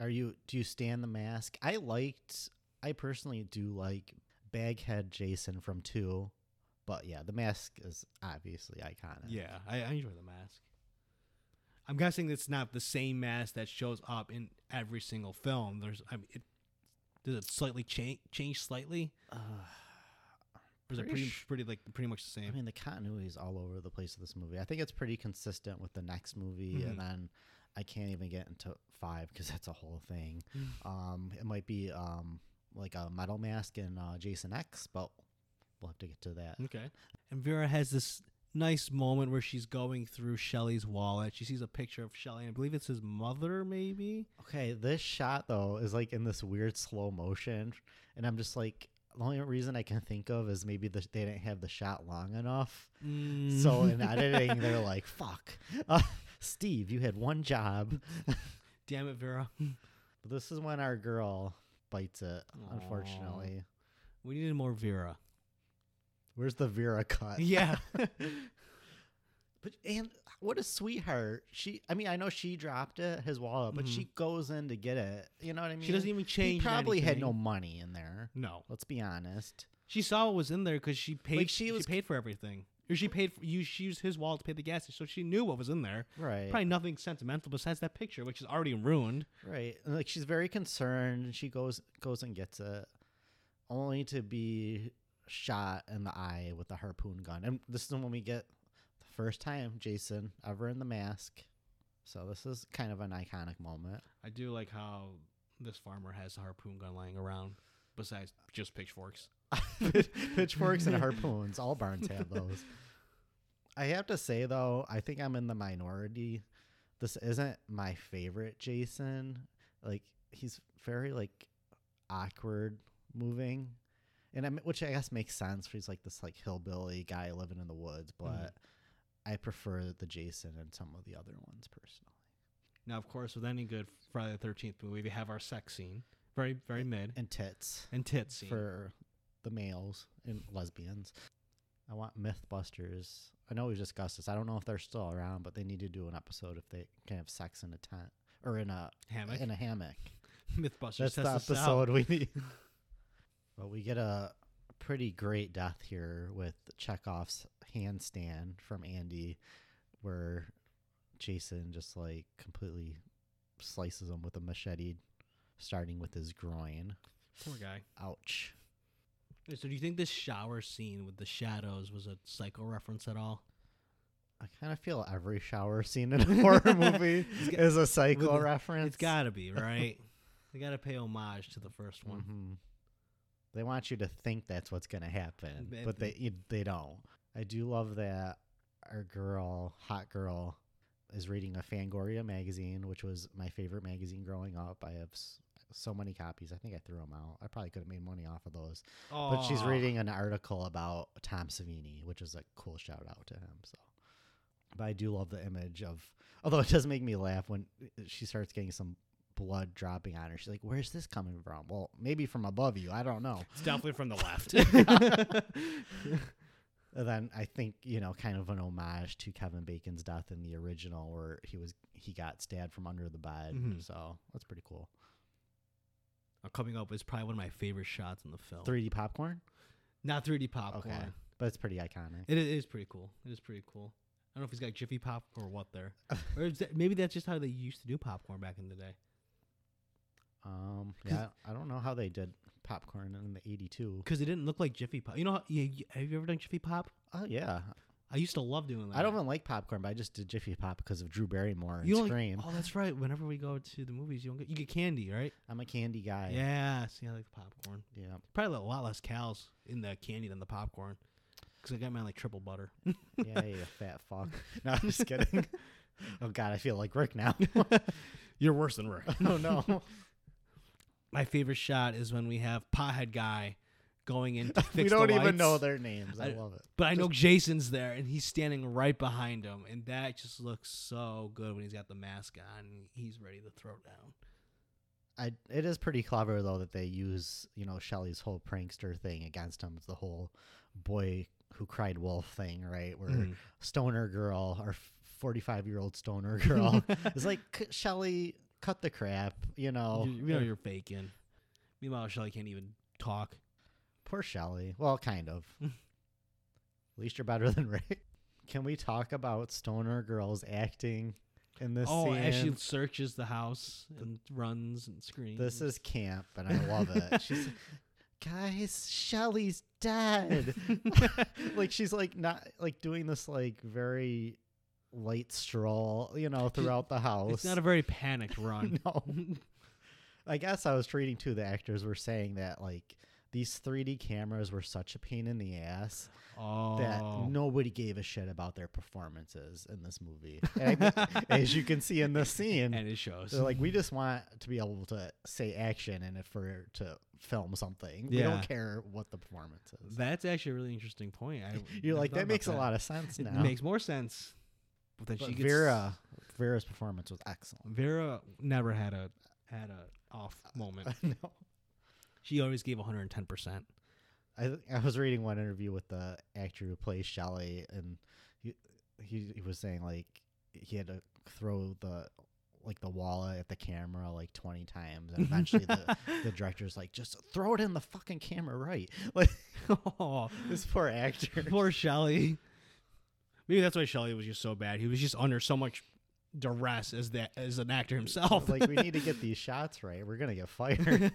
Speaker 2: Are you? Do you stand the mask? I liked. I personally do like Baghead Jason from two, but yeah, the mask is obviously iconic.
Speaker 1: Yeah, I, I enjoy the mask. I'm guessing it's not the same mask that shows up in every single film. There's, I mean, it, does it slightly change change slightly,
Speaker 2: Ugh.
Speaker 1: or is it
Speaker 2: Pretty
Speaker 1: pretty
Speaker 2: sh-
Speaker 1: pretty like pretty much the same?
Speaker 2: I mean, the continuity is all over the place of this movie. I think it's pretty consistent with the next movie, and then I can't even get into five because that's a whole thing. Um, it might be um, like a metal mask and uh, Jason X, but we'll have to get to that.
Speaker 1: Okay. And Vera has this nice moment where she's going through Shelley's wallet. She sees a picture of Shelley. I believe it's his mother, maybe.
Speaker 2: Okay, this shot though is like in this weird slow motion, and I'm just like, the only reason I can think of is maybe the, they didn't have the shot long enough.
Speaker 1: Mm.
Speaker 2: So in editing, they're like, "Fuck, uh, Steve, you had one job."
Speaker 1: damn it, Vera.
Speaker 2: But this is when our girl bites it, unfortunately.
Speaker 1: We needed more Vera.
Speaker 2: Where's the Vera cut?
Speaker 1: Yeah.
Speaker 2: But and what a sweetheart. She I mean, I know she dropped it, his wallet, but she goes in to get it. You know what I mean?
Speaker 1: Mm-hmm. She doesn't even
Speaker 2: He
Speaker 1: change.
Speaker 2: probably had no
Speaker 1: anything.
Speaker 2: money in there.
Speaker 1: No.
Speaker 2: Let's be honest.
Speaker 1: She saw what was in there because she paid.
Speaker 2: Like, she
Speaker 1: she,
Speaker 2: was-
Speaker 1: paid for everything. Or she paid. For, you she used his wallet to pay the gas, station, so she knew what was in there.
Speaker 2: Right.
Speaker 1: Probably nothing sentimental besides that picture, which is already ruined.
Speaker 2: Right. And, like she's very concerned and she goes goes and gets it only to be shot in the eye with a harpoon gun. And this is when we get the first time Jason ever in the mask. So this is kind of an iconic moment.
Speaker 1: I do like how this farmer has a harpoon gun lying around, besides just pitchforks.
Speaker 2: pitchforks and harpoons. All barns have those. I have to say though, I think I'm in the minority. This isn't my favorite Jason. Like he's very like awkward moving, and I which I guess makes sense. For he's like this like hillbilly guy living in the woods, but I prefer the Jason and some of the other ones personally.
Speaker 1: Now, of course, with any good Friday the Thirteenth movie, they have our sex scene, very very mid,
Speaker 2: And tits
Speaker 1: and tit scene.
Speaker 2: for the males and lesbians. I want MythBusters. I know we discussed this. I don't know if they're still around, but they need to do an episode if they can have sex in a tent or in a
Speaker 1: Hammock.
Speaker 2: In a hammock.
Speaker 1: MythBusters. test
Speaker 2: That's the
Speaker 1: us out.
Speaker 2: episode we need. but we get a pretty great death here with Chekhov's handstand from Andy, where Jason just like completely slices him with a machete, starting with his groin.
Speaker 1: Poor guy.
Speaker 2: Ouch.
Speaker 1: So, do you think this shower scene with the shadows was a psycho reference at all?
Speaker 2: I kind of feel every shower scene in a horror movie
Speaker 1: It's got-
Speaker 2: is a psycho
Speaker 1: with-
Speaker 2: reference.
Speaker 1: It's gotta be right. they gotta pay homage to the first one.
Speaker 2: Mhm. They want you to think that's what's going to happen,
Speaker 1: But-
Speaker 2: but they you, they don't. I do love that our girl, hot girl, is reading a Fangoria magazine, which was my favorite magazine growing up. I have s- so many copies. I think I threw them out. I probably could have made money off of those. Mm. But she's
Speaker 1: Aw.
Speaker 2: reading an article about Tom Savini, which is a cool shout out to him. So, but I do love the image of, although it does make me laugh when uh, she starts getting some blood dropping on her. She's like, "Where's this coming from?" Well, maybe from above you. I don't know.
Speaker 1: It's definitely from the left.
Speaker 2: And then I think you know, kind of an homage to Kevin Bacon's death in the original, where he was he got stabbed from under the bed.
Speaker 1: Mhm.
Speaker 2: So that's pretty cool.
Speaker 1: Uh, Coming up is probably one of my favorite shots in the film.
Speaker 2: 3D popcorn.
Speaker 1: Not 3D Oh. popcorn.
Speaker 2: Okay, but it's pretty iconic.
Speaker 1: It i- is pretty cool. It is pretty cool. I don't know if he's got Jiffy Pop or what there, or is that, maybe that's just how they used to do popcorn back in the day.
Speaker 2: Um, yeah, I don't know how they did popcorn in the '82.
Speaker 1: because it didn't look like Jiffy Pop. You know, how- yeah, you, have you ever done Jiffy Pop?
Speaker 2: Oh yeah,
Speaker 1: I used to love doing that.
Speaker 2: I don't even like popcorn, but I just did Jiffy Pop because of Drew Barrymore and
Speaker 1: You don't
Speaker 2: Scream.
Speaker 1: Like, oh, that's right. Whenever we go to the movies, you don't get you get candy, right?
Speaker 2: I'm a candy guy.
Speaker 1: yeah. See, I like the popcorn.
Speaker 2: Yeah.
Speaker 1: Probably a lot less cows in the candy than the popcorn. Because I got mine like triple butter.
Speaker 2: Yeah, you fat fuck. No, I'm just kidding. oh god, I feel like Rick now.
Speaker 1: You're worse than Rick.
Speaker 2: oh no.
Speaker 1: My favorite shot is when we have Pothead Guy going in to fix
Speaker 2: we don't
Speaker 1: the
Speaker 2: even know
Speaker 1: lights.
Speaker 2: their names. I,
Speaker 1: I-
Speaker 2: love it.
Speaker 1: But I know Jason's there, and he's standing right behind him, and that just looks so good when he's got the mask on. And he's ready to throw down.
Speaker 2: I, it is pretty clever though that they use you know Shelley's whole prankster thing against him. It's the whole boy who cried wolf thing, right? Where
Speaker 1: Mhm.
Speaker 2: stoner girl or forty five year old stoner girl is like "C- Shelley, cut the crap, you know.
Speaker 1: you, you know you're faking. Meanwhile, Shelly can't even talk.
Speaker 2: Poor Shelley. Well, kind of. At least you're better than Rick. Can we talk about stoner girls acting in this
Speaker 1: oh,
Speaker 2: scene?
Speaker 1: as she searches the house and runs and screams.
Speaker 2: This is camp, and I love it. She's like, guys, Shelly's dead. like she's like not like doing this like very light stroll, you know, throughout the house.
Speaker 1: It's not a very panicked run.
Speaker 2: no. I guess I was reading too. The actors were saying that like these 3D cameras were such a pain in the ass
Speaker 1: Oh,
Speaker 2: that nobody gave a shit about their performances in this movie. And I think- as you can see in this scene,
Speaker 1: and it shows.
Speaker 2: they're like, we just want to be able to say action and if we're to film something, we
Speaker 1: Yeah.
Speaker 2: don't care what the performance is.
Speaker 1: That's actually a really interesting point. I,
Speaker 2: You're like, that makes a lot of sense
Speaker 1: It
Speaker 2: now.
Speaker 1: makes more sense. But then
Speaker 2: but
Speaker 1: she gets
Speaker 2: Vera, Vera's performance was excellent.
Speaker 1: Vera never had a had a off moment.
Speaker 2: no.
Speaker 1: She always gave 110. percent
Speaker 2: I th- I was reading one interview with the actor who plays Shelley, and he he, he was saying like he had to throw the like the wallet at the camera like 20 times and eventually the, the director's like just throw it in the fucking camera right like
Speaker 1: oh,
Speaker 2: this poor actor
Speaker 1: poor Shelley. Maybe that's why Shelley was just so bad. He was just under so much duress as that as an actor himself.
Speaker 2: like we need to get these shots right we're gonna get fired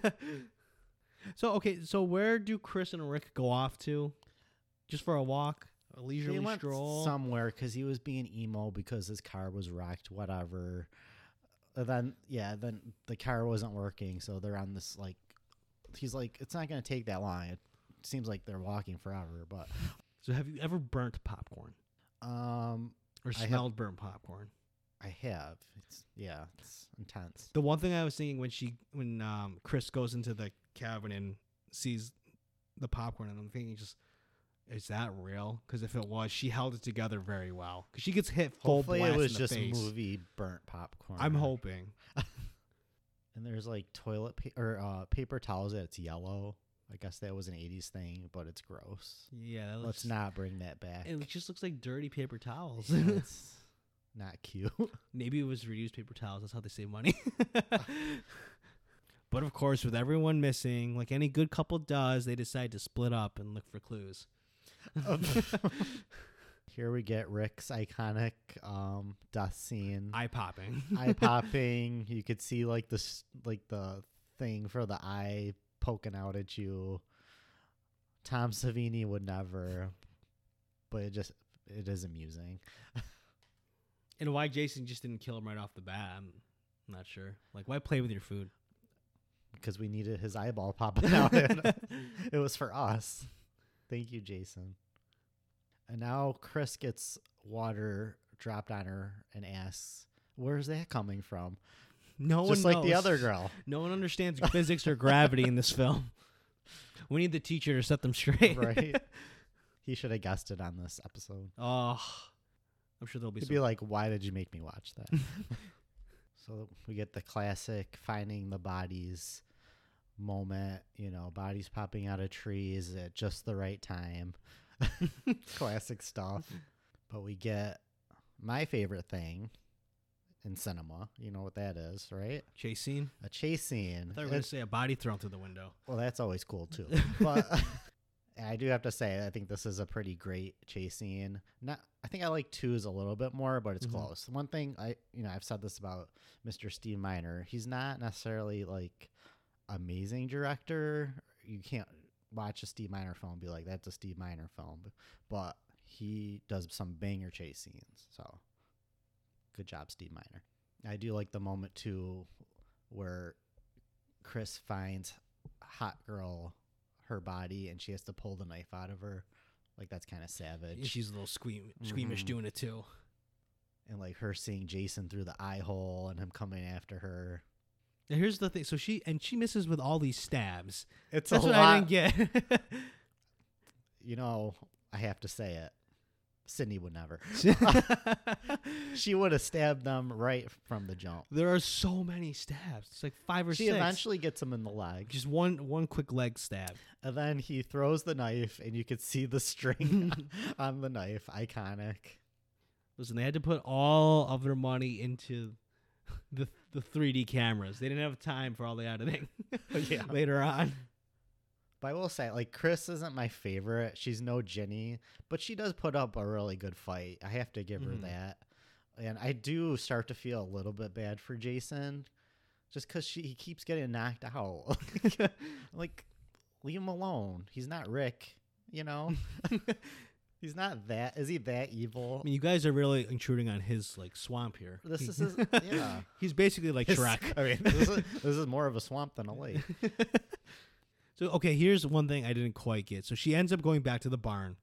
Speaker 1: so okay, so where do Chris and Rick go off to? Just for a walk, a
Speaker 2: he
Speaker 1: leisurely
Speaker 2: went
Speaker 1: stroll.
Speaker 2: somewhere because he was being emo because his car was wrecked whatever Uh, then yeah then the car wasn't working so they're on this like he's like it's not gonna take that long it seems like they're walking forever but
Speaker 1: so have you ever burnt popcorn
Speaker 2: um
Speaker 1: or
Speaker 2: I have-
Speaker 1: smelled burnt popcorn?
Speaker 2: i have it's yeah it's intense
Speaker 1: The one thing I was thinking when she when um, Chris goes into the cabin and sees the popcorn, and I'm thinking just. Is that real? Because if it was, she held it together very well. Because she gets hit full
Speaker 2: hopefully
Speaker 1: blast
Speaker 2: it was
Speaker 1: in the
Speaker 2: just
Speaker 1: face.
Speaker 2: movie burnt popcorn
Speaker 1: I'm hoping.
Speaker 2: and there's like toilet pa- or uh, paper towels that's yellow i guess that was an 80s thing but it's gross
Speaker 1: Yeah, that
Speaker 2: let's
Speaker 1: looks,
Speaker 2: not bring that back
Speaker 1: It just looks like dirty paper towels.
Speaker 2: Yeah, it's not cute.
Speaker 1: Maybe it was reused paper towels. That's how they save money. but of course, with everyone missing, like any good couple does, they decide to split up and look for clues.
Speaker 2: Here we get Rick's iconic um, death scene.
Speaker 1: Eye popping.
Speaker 2: Eye popping. You could see like the s- like the thing for the eye poking out at you. Tom Savini would never, but it just it is amusing.
Speaker 1: and why Jason just didn't kill him right off the bat, I'm not sure. Like, why play with your food?
Speaker 2: because we needed his eyeball popping out. it it was for us. Thank you, Jason. And now Chris gets water dropped on her and asks, "Where's that coming from?"
Speaker 1: No
Speaker 2: Just
Speaker 1: one
Speaker 2: like the
Speaker 1: knows.
Speaker 2: other girl.
Speaker 1: No one understands physics or gravity in this film. We need the teacher to set them straight.
Speaker 2: right? He should have guessed it on this episode.
Speaker 1: Oh, I'm sure there'll be
Speaker 2: He'd
Speaker 1: some.
Speaker 2: be like, "Why did you make me watch that?" so we get the classic finding the bodies moment. You know, bodies popping out of trees at just the right time. classic stuff. But we get my favorite thing in cinema. You know what that is, right?
Speaker 1: chase scene.
Speaker 2: A chase scene.
Speaker 1: I thought you were going
Speaker 2: It-
Speaker 1: to say a body thrown through the window.
Speaker 2: well, that's always cool too. But and I do have to say, I think this is a pretty great chase scene. Not, I think I like twos a little bit more, but it's
Speaker 1: Mhm.
Speaker 2: close. One thing I, you know, I've said this about Mr. Steve Miner. He's not necessarily like amazing director. You can't watch a Steve Miner film and be like, that's a Steve Miner film, but he does some banger chase scenes. So good job, Steve Miner. I do like the moment too where Chris finds hot girl her body and she has to pull the knife out of her. Like that's kind of savage.
Speaker 1: And she's a little squeam- squeamish
Speaker 2: Mhm.
Speaker 1: doing it too.
Speaker 2: and like her seeing Jason through the eye hole and him coming after her.
Speaker 1: And here's the thing. So she and she misses with all these stabs.
Speaker 2: It's
Speaker 1: That's
Speaker 2: a
Speaker 1: what
Speaker 2: lot.
Speaker 1: I didn't get.
Speaker 2: You know, I have to say it. Sydney would never. she would have stabbed them right from the jump.
Speaker 1: there are so many stabs. It's like five or
Speaker 2: She
Speaker 1: six.
Speaker 2: eventually gets him in the leg,
Speaker 1: just one one quick leg stab.
Speaker 2: and then he throws the knife, and you could see the string on the knife. Iconic.
Speaker 1: Listen, they had to put all of their money into the the 3D cameras. They didn't have time for all the editing
Speaker 2: Yeah.
Speaker 1: later on.
Speaker 2: But I will say, like, Chris isn't my favorite. She's no Ginny, but she does put up a really good fight. I have to give
Speaker 1: Mhm.
Speaker 2: her that. And I do start to feel a little bit bad for Jason just because he keeps getting knocked out. like, leave him alone. He's not Rick, you know? He's not that. Is he that evil?
Speaker 1: I mean, you guys are really intruding on his like swamp here.
Speaker 2: This
Speaker 1: He-
Speaker 2: is his- yeah.
Speaker 1: He's basically like
Speaker 2: His-
Speaker 1: Shrek.
Speaker 2: I mean, this is, this is more of a swamp than a lake.
Speaker 1: so okay, here's one thing I didn't quite get. So she ends up going back to the barn,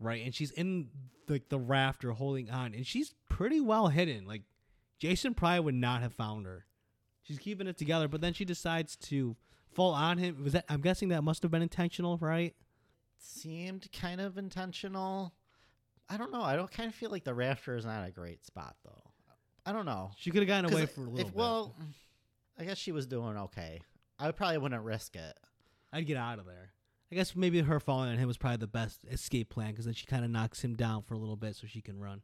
Speaker 1: right? And she's in like the rafter holding on, and she's pretty well hidden. Like Jason probably would not have found her. She's keeping it together, but then she decides to fall on him. Was that? I'm guessing that must have been intentional, right?
Speaker 2: seemed kind of intentional. I don't know. I don't kind of feel like the rafter is not a great spot though. I don't know.
Speaker 1: She could have gotten
Speaker 2: 'Cause
Speaker 1: away for a little
Speaker 2: if-
Speaker 1: bit.
Speaker 2: Well, I guess she was doing okay. I probably wouldn't risk it.
Speaker 1: I'd get out of there. I guess maybe her falling on him was probably the best escape plan because then she kind of knocks him down for a little bit so she can run.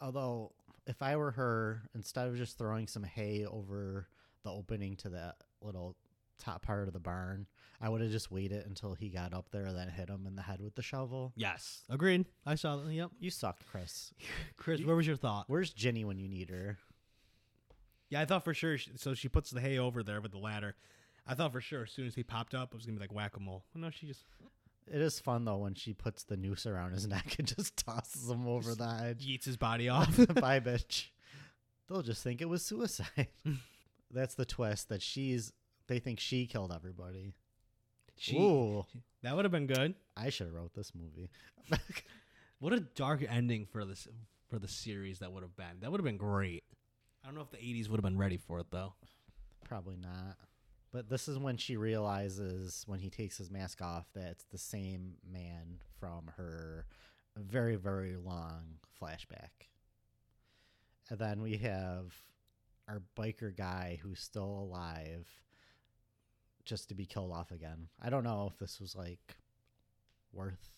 Speaker 2: Although, if I were her, instead of just throwing some hay over the opening to that little top part of the barn, I would have just waited until he got up there, then hit him in the head with the shovel.
Speaker 1: Yes, agreed. I saw that. Yep.
Speaker 2: You suck, Chris.
Speaker 1: Chris, where was your thought?
Speaker 2: Where's Ginny when you need her?
Speaker 1: Yeah, I thought for sure. She, so she puts the hay over there with the ladder. I thought for sure as soon as he popped up, it was gonna be like whack a mole. No, she just
Speaker 2: It is fun though when she puts the noose around his neck and just tosses him over the edge.
Speaker 1: yeets his body off.
Speaker 2: Bye, bitch. They'll just think it was suicide. That's the twist that she's. They think she killed everybody.
Speaker 1: she,
Speaker 2: Ooh,
Speaker 1: that would have been good.
Speaker 2: I should have wrote this movie.
Speaker 1: What a dark ending for this for the series that would have been. That would have been great. I don't know if the '80s would have been ready for it though.
Speaker 2: Probably not. But this is when she realizes when he takes his mask off that it's the same man from her very very long flashback. And then we have our biker guy who's still alive just to be killed off again. I don't know if this was like worth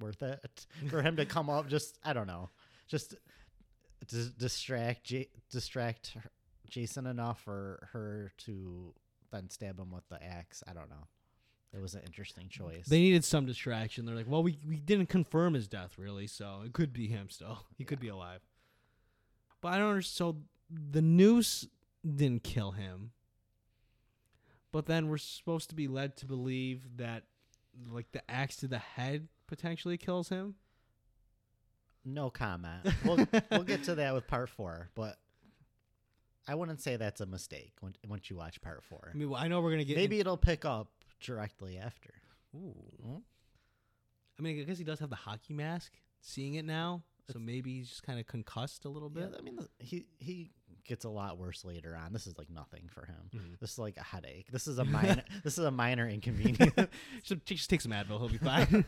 Speaker 2: worth it for him to come up just I don't know. Just dis- distract J- distract her- Jason enough for her to then stab him with the axe. I don't know. It was an interesting choice.
Speaker 1: They needed some distraction. They're like, well, we we didn't confirm his death really, so it could be him still. He could be alive. But I don't understand. So the noose didn't kill him. But then we're supposed to be led to believe that, like, the axe to the head potentially kills him.
Speaker 2: no comment. We'll, we'll get to that with part four, but I wouldn't say that's a mistake when, once you watch part four.
Speaker 1: I mean, well, I know we're gonna get in-
Speaker 2: Maybe it'll pick up directly after.
Speaker 1: Ooh. I mean, I guess he does have the hockey mask. Seeing it now, so maybe he's just kind of concussed a little
Speaker 2: Yeah,
Speaker 1: bit.
Speaker 2: I mean, the- he he gets a lot worse later on. This is like nothing for him.
Speaker 1: Mhm.
Speaker 2: This is like a headache. This is a minor. this is a minor inconvenience.
Speaker 1: so just take some Advil, he'll be fine.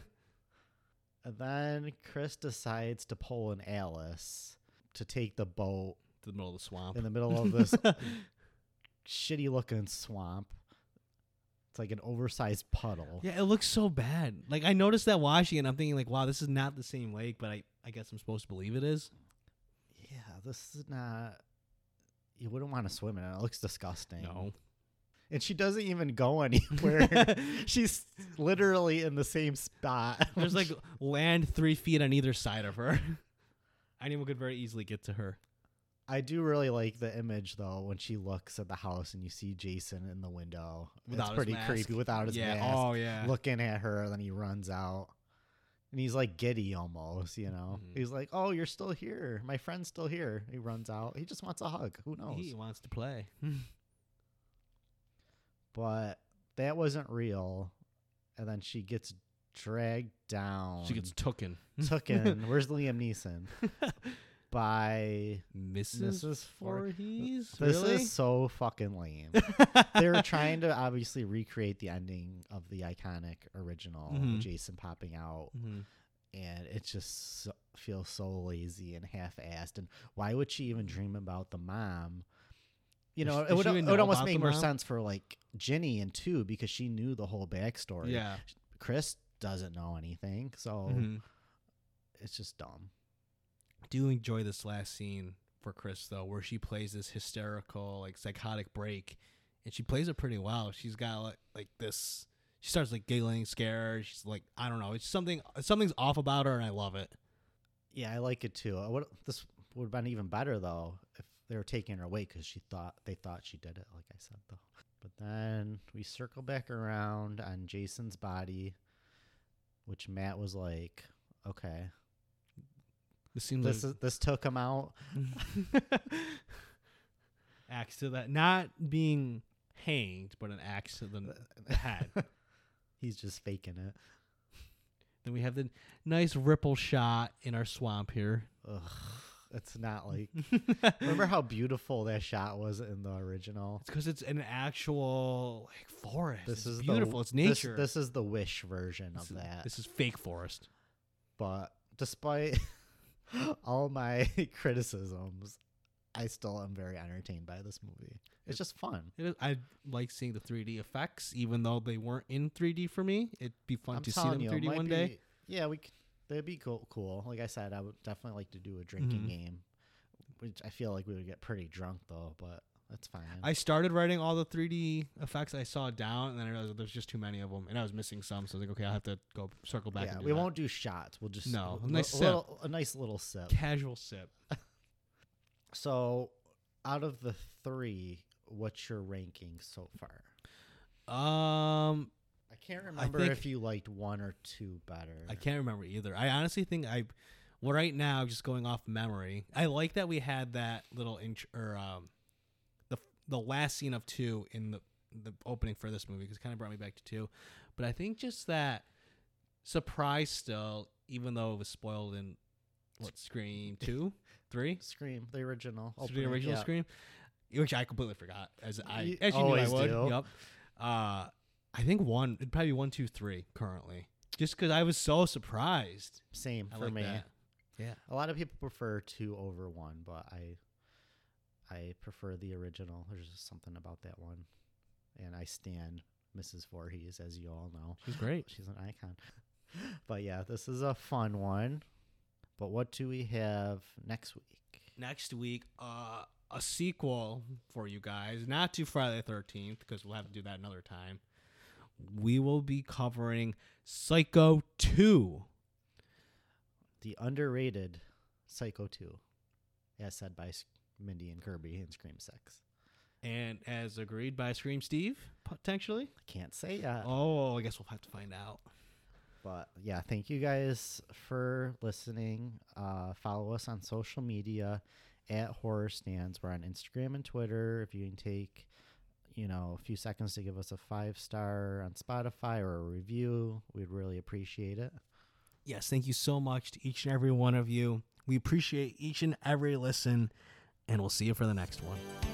Speaker 2: And then Chris decides to pull an Alice to take the boat
Speaker 1: to the middle of the swamp.
Speaker 2: in the middle of this shitty looking swamp. It's like an oversized puddle.
Speaker 1: yeah, it looks so bad. Like I noticed that washing it, I'm thinking like, wow, this is not the same lake, but I, I guess I'm supposed to believe it is.
Speaker 2: Yeah, this is not. You wouldn't want to swim in it. It looks disgusting.
Speaker 1: No.
Speaker 2: And she doesn't even go anywhere. She's literally in the same spot.
Speaker 1: There's like land three feet on either side of her. Anyone could very easily get to her.
Speaker 2: I do really like the image though when she looks at the house and you see Jason in the window.
Speaker 1: Without
Speaker 2: it's
Speaker 1: his
Speaker 2: pretty
Speaker 1: mask.
Speaker 2: creepy without his
Speaker 1: yeah.
Speaker 2: mask.
Speaker 1: Oh yeah.
Speaker 2: looking at her, and then he runs out. And he's like giddy almost, you know.
Speaker 1: Mhm.
Speaker 2: He's like, "Oh, you're still here. My friend's still here." He runs out. He just wants a hug. Who knows?
Speaker 1: he wants to play.
Speaker 2: But that wasn't real. And then she gets dragged down. Um,
Speaker 1: she gets tooken.
Speaker 2: taken. Where's Liam Neeson? by
Speaker 1: Mrs.
Speaker 2: Mrs. Voorhees.
Speaker 1: Voorhees.
Speaker 2: This
Speaker 1: really?
Speaker 2: is so fucking lame. They're trying to obviously recreate the ending of the iconic original
Speaker 1: Mhm.
Speaker 2: Jason popping out,
Speaker 1: Mhm.
Speaker 2: and it just so, feels so lazy and half-assed. And why would she even dream about the mom? You
Speaker 1: Does
Speaker 2: know,
Speaker 1: she-
Speaker 2: it
Speaker 1: does
Speaker 2: would,
Speaker 1: she
Speaker 2: it
Speaker 1: even
Speaker 2: would
Speaker 1: know
Speaker 2: almost
Speaker 1: about the
Speaker 2: make more
Speaker 1: mom?
Speaker 2: sense for like Ginny and two because she knew the whole backstory.
Speaker 1: Yeah.
Speaker 2: Chris doesn't know anything, so
Speaker 1: Mhm.
Speaker 2: it's just dumb.
Speaker 1: Do enjoy this last scene for Chris though, where she plays this hysterical, like psychotic break, and she plays it pretty well. She's got like, like this. She starts like giggling, scared. She's like, I don't know. It's something. Something's off about her, and I love it.
Speaker 2: Yeah, I like it too. I would, this would have been even better though if they were taking her away because she thought they thought she did it, like I said though. But then we circle back around on Jason's body, which Matt was like, "Okay,
Speaker 1: This seems
Speaker 2: this
Speaker 1: like
Speaker 2: is, this took him out."
Speaker 1: axe to that, not being hanged, but an axe to the the head.
Speaker 2: He's just faking it.
Speaker 1: Then we have the nice ripple shot in our swamp here.
Speaker 2: Ugh, it's not like. Remember how beautiful that shot was in the original?
Speaker 1: It's because it's an actual like forest.
Speaker 2: This
Speaker 1: It's
Speaker 2: is the-
Speaker 1: beautiful. it's
Speaker 2: this-
Speaker 1: nature.
Speaker 2: This, is the wish version of
Speaker 1: This is-
Speaker 2: that.
Speaker 1: This is fake forest.
Speaker 2: but despite all my criticisms, I still am very entertained by this movie. It's just fun.
Speaker 1: It is, I like seeing the 3D effects, even though they weren't in 3D for me. It'd be fun
Speaker 2: I'm
Speaker 1: to see
Speaker 2: telling
Speaker 1: them
Speaker 2: you, it
Speaker 1: 3D
Speaker 2: might
Speaker 1: one
Speaker 2: be-
Speaker 1: day.
Speaker 2: Yeah, we c- that'd be cool, cool. Like I said, I would definitely like to do a drinking
Speaker 1: Mhm.
Speaker 2: game, which I feel like we would get pretty drunk though, but that's fine.
Speaker 1: I started writing all the 3D effects I saw down, and then I realized there's just too many of them, and I was missing some. So I was like, okay, I'll have to go circle back.
Speaker 2: yeah,
Speaker 1: and do
Speaker 2: we
Speaker 1: that.
Speaker 2: won't do shots. We'll just
Speaker 1: No,
Speaker 2: a
Speaker 1: a nice
Speaker 2: li-
Speaker 1: sip.
Speaker 2: little, a nice little sip.
Speaker 1: casual sip.
Speaker 2: So, out of the three, what's your ranking so far?
Speaker 1: Um,
Speaker 2: I can't remember
Speaker 1: think-
Speaker 2: if you liked one or two better.
Speaker 1: I can't remember either. I honestly think I, well, right now, just going off memory, I like that we had that little int- or um, the the last scene of two in the the opening for this movie because it kind of brought me back to two, but I think just that surprise still, even though it was spoiled in what Scream two, three,
Speaker 2: Scream, the original.
Speaker 1: So the
Speaker 2: opening,
Speaker 1: original
Speaker 2: yeah.
Speaker 1: Scream, which I completely forgot as I
Speaker 2: You
Speaker 1: as you knew I
Speaker 2: always
Speaker 1: would.
Speaker 2: do.
Speaker 1: Yep. Uh, I think one it'd probably be one, two, three currently, just because I was so surprised.
Speaker 2: Same
Speaker 1: I
Speaker 2: for
Speaker 1: like
Speaker 2: me.
Speaker 1: that. Yeah.
Speaker 2: A lot of people prefer two over one, but I I prefer the original. There's just something about that one. And I stand Mrs. Voorhees, as you all know.
Speaker 1: She's great.
Speaker 2: She's an icon. But yeah, this is a fun one. But what do we have next week?
Speaker 1: Next week, uh, a sequel for you guys, not to Friday the Thirteenth, because we'll have to do that another time. We will be covering Psycho two.
Speaker 2: The underrated Psycho 2, as said by S- Mindy and Kirby in Scream 6.
Speaker 1: And as agreed by Scream Steve, potentially.
Speaker 2: I can't say yet.
Speaker 1: Oh, I guess we'll have to find out.
Speaker 2: But yeah, thank you guys for listening. Uh, follow us on social media at Horror Stands. We're on Instagram and Twitter. If you can take, you know, a few seconds to give us a five star on Spotify or a review, we'd really appreciate it.
Speaker 1: Yes, thank you so much to each and every one of you. We appreciate each and every listen, and we'll see you for the next one.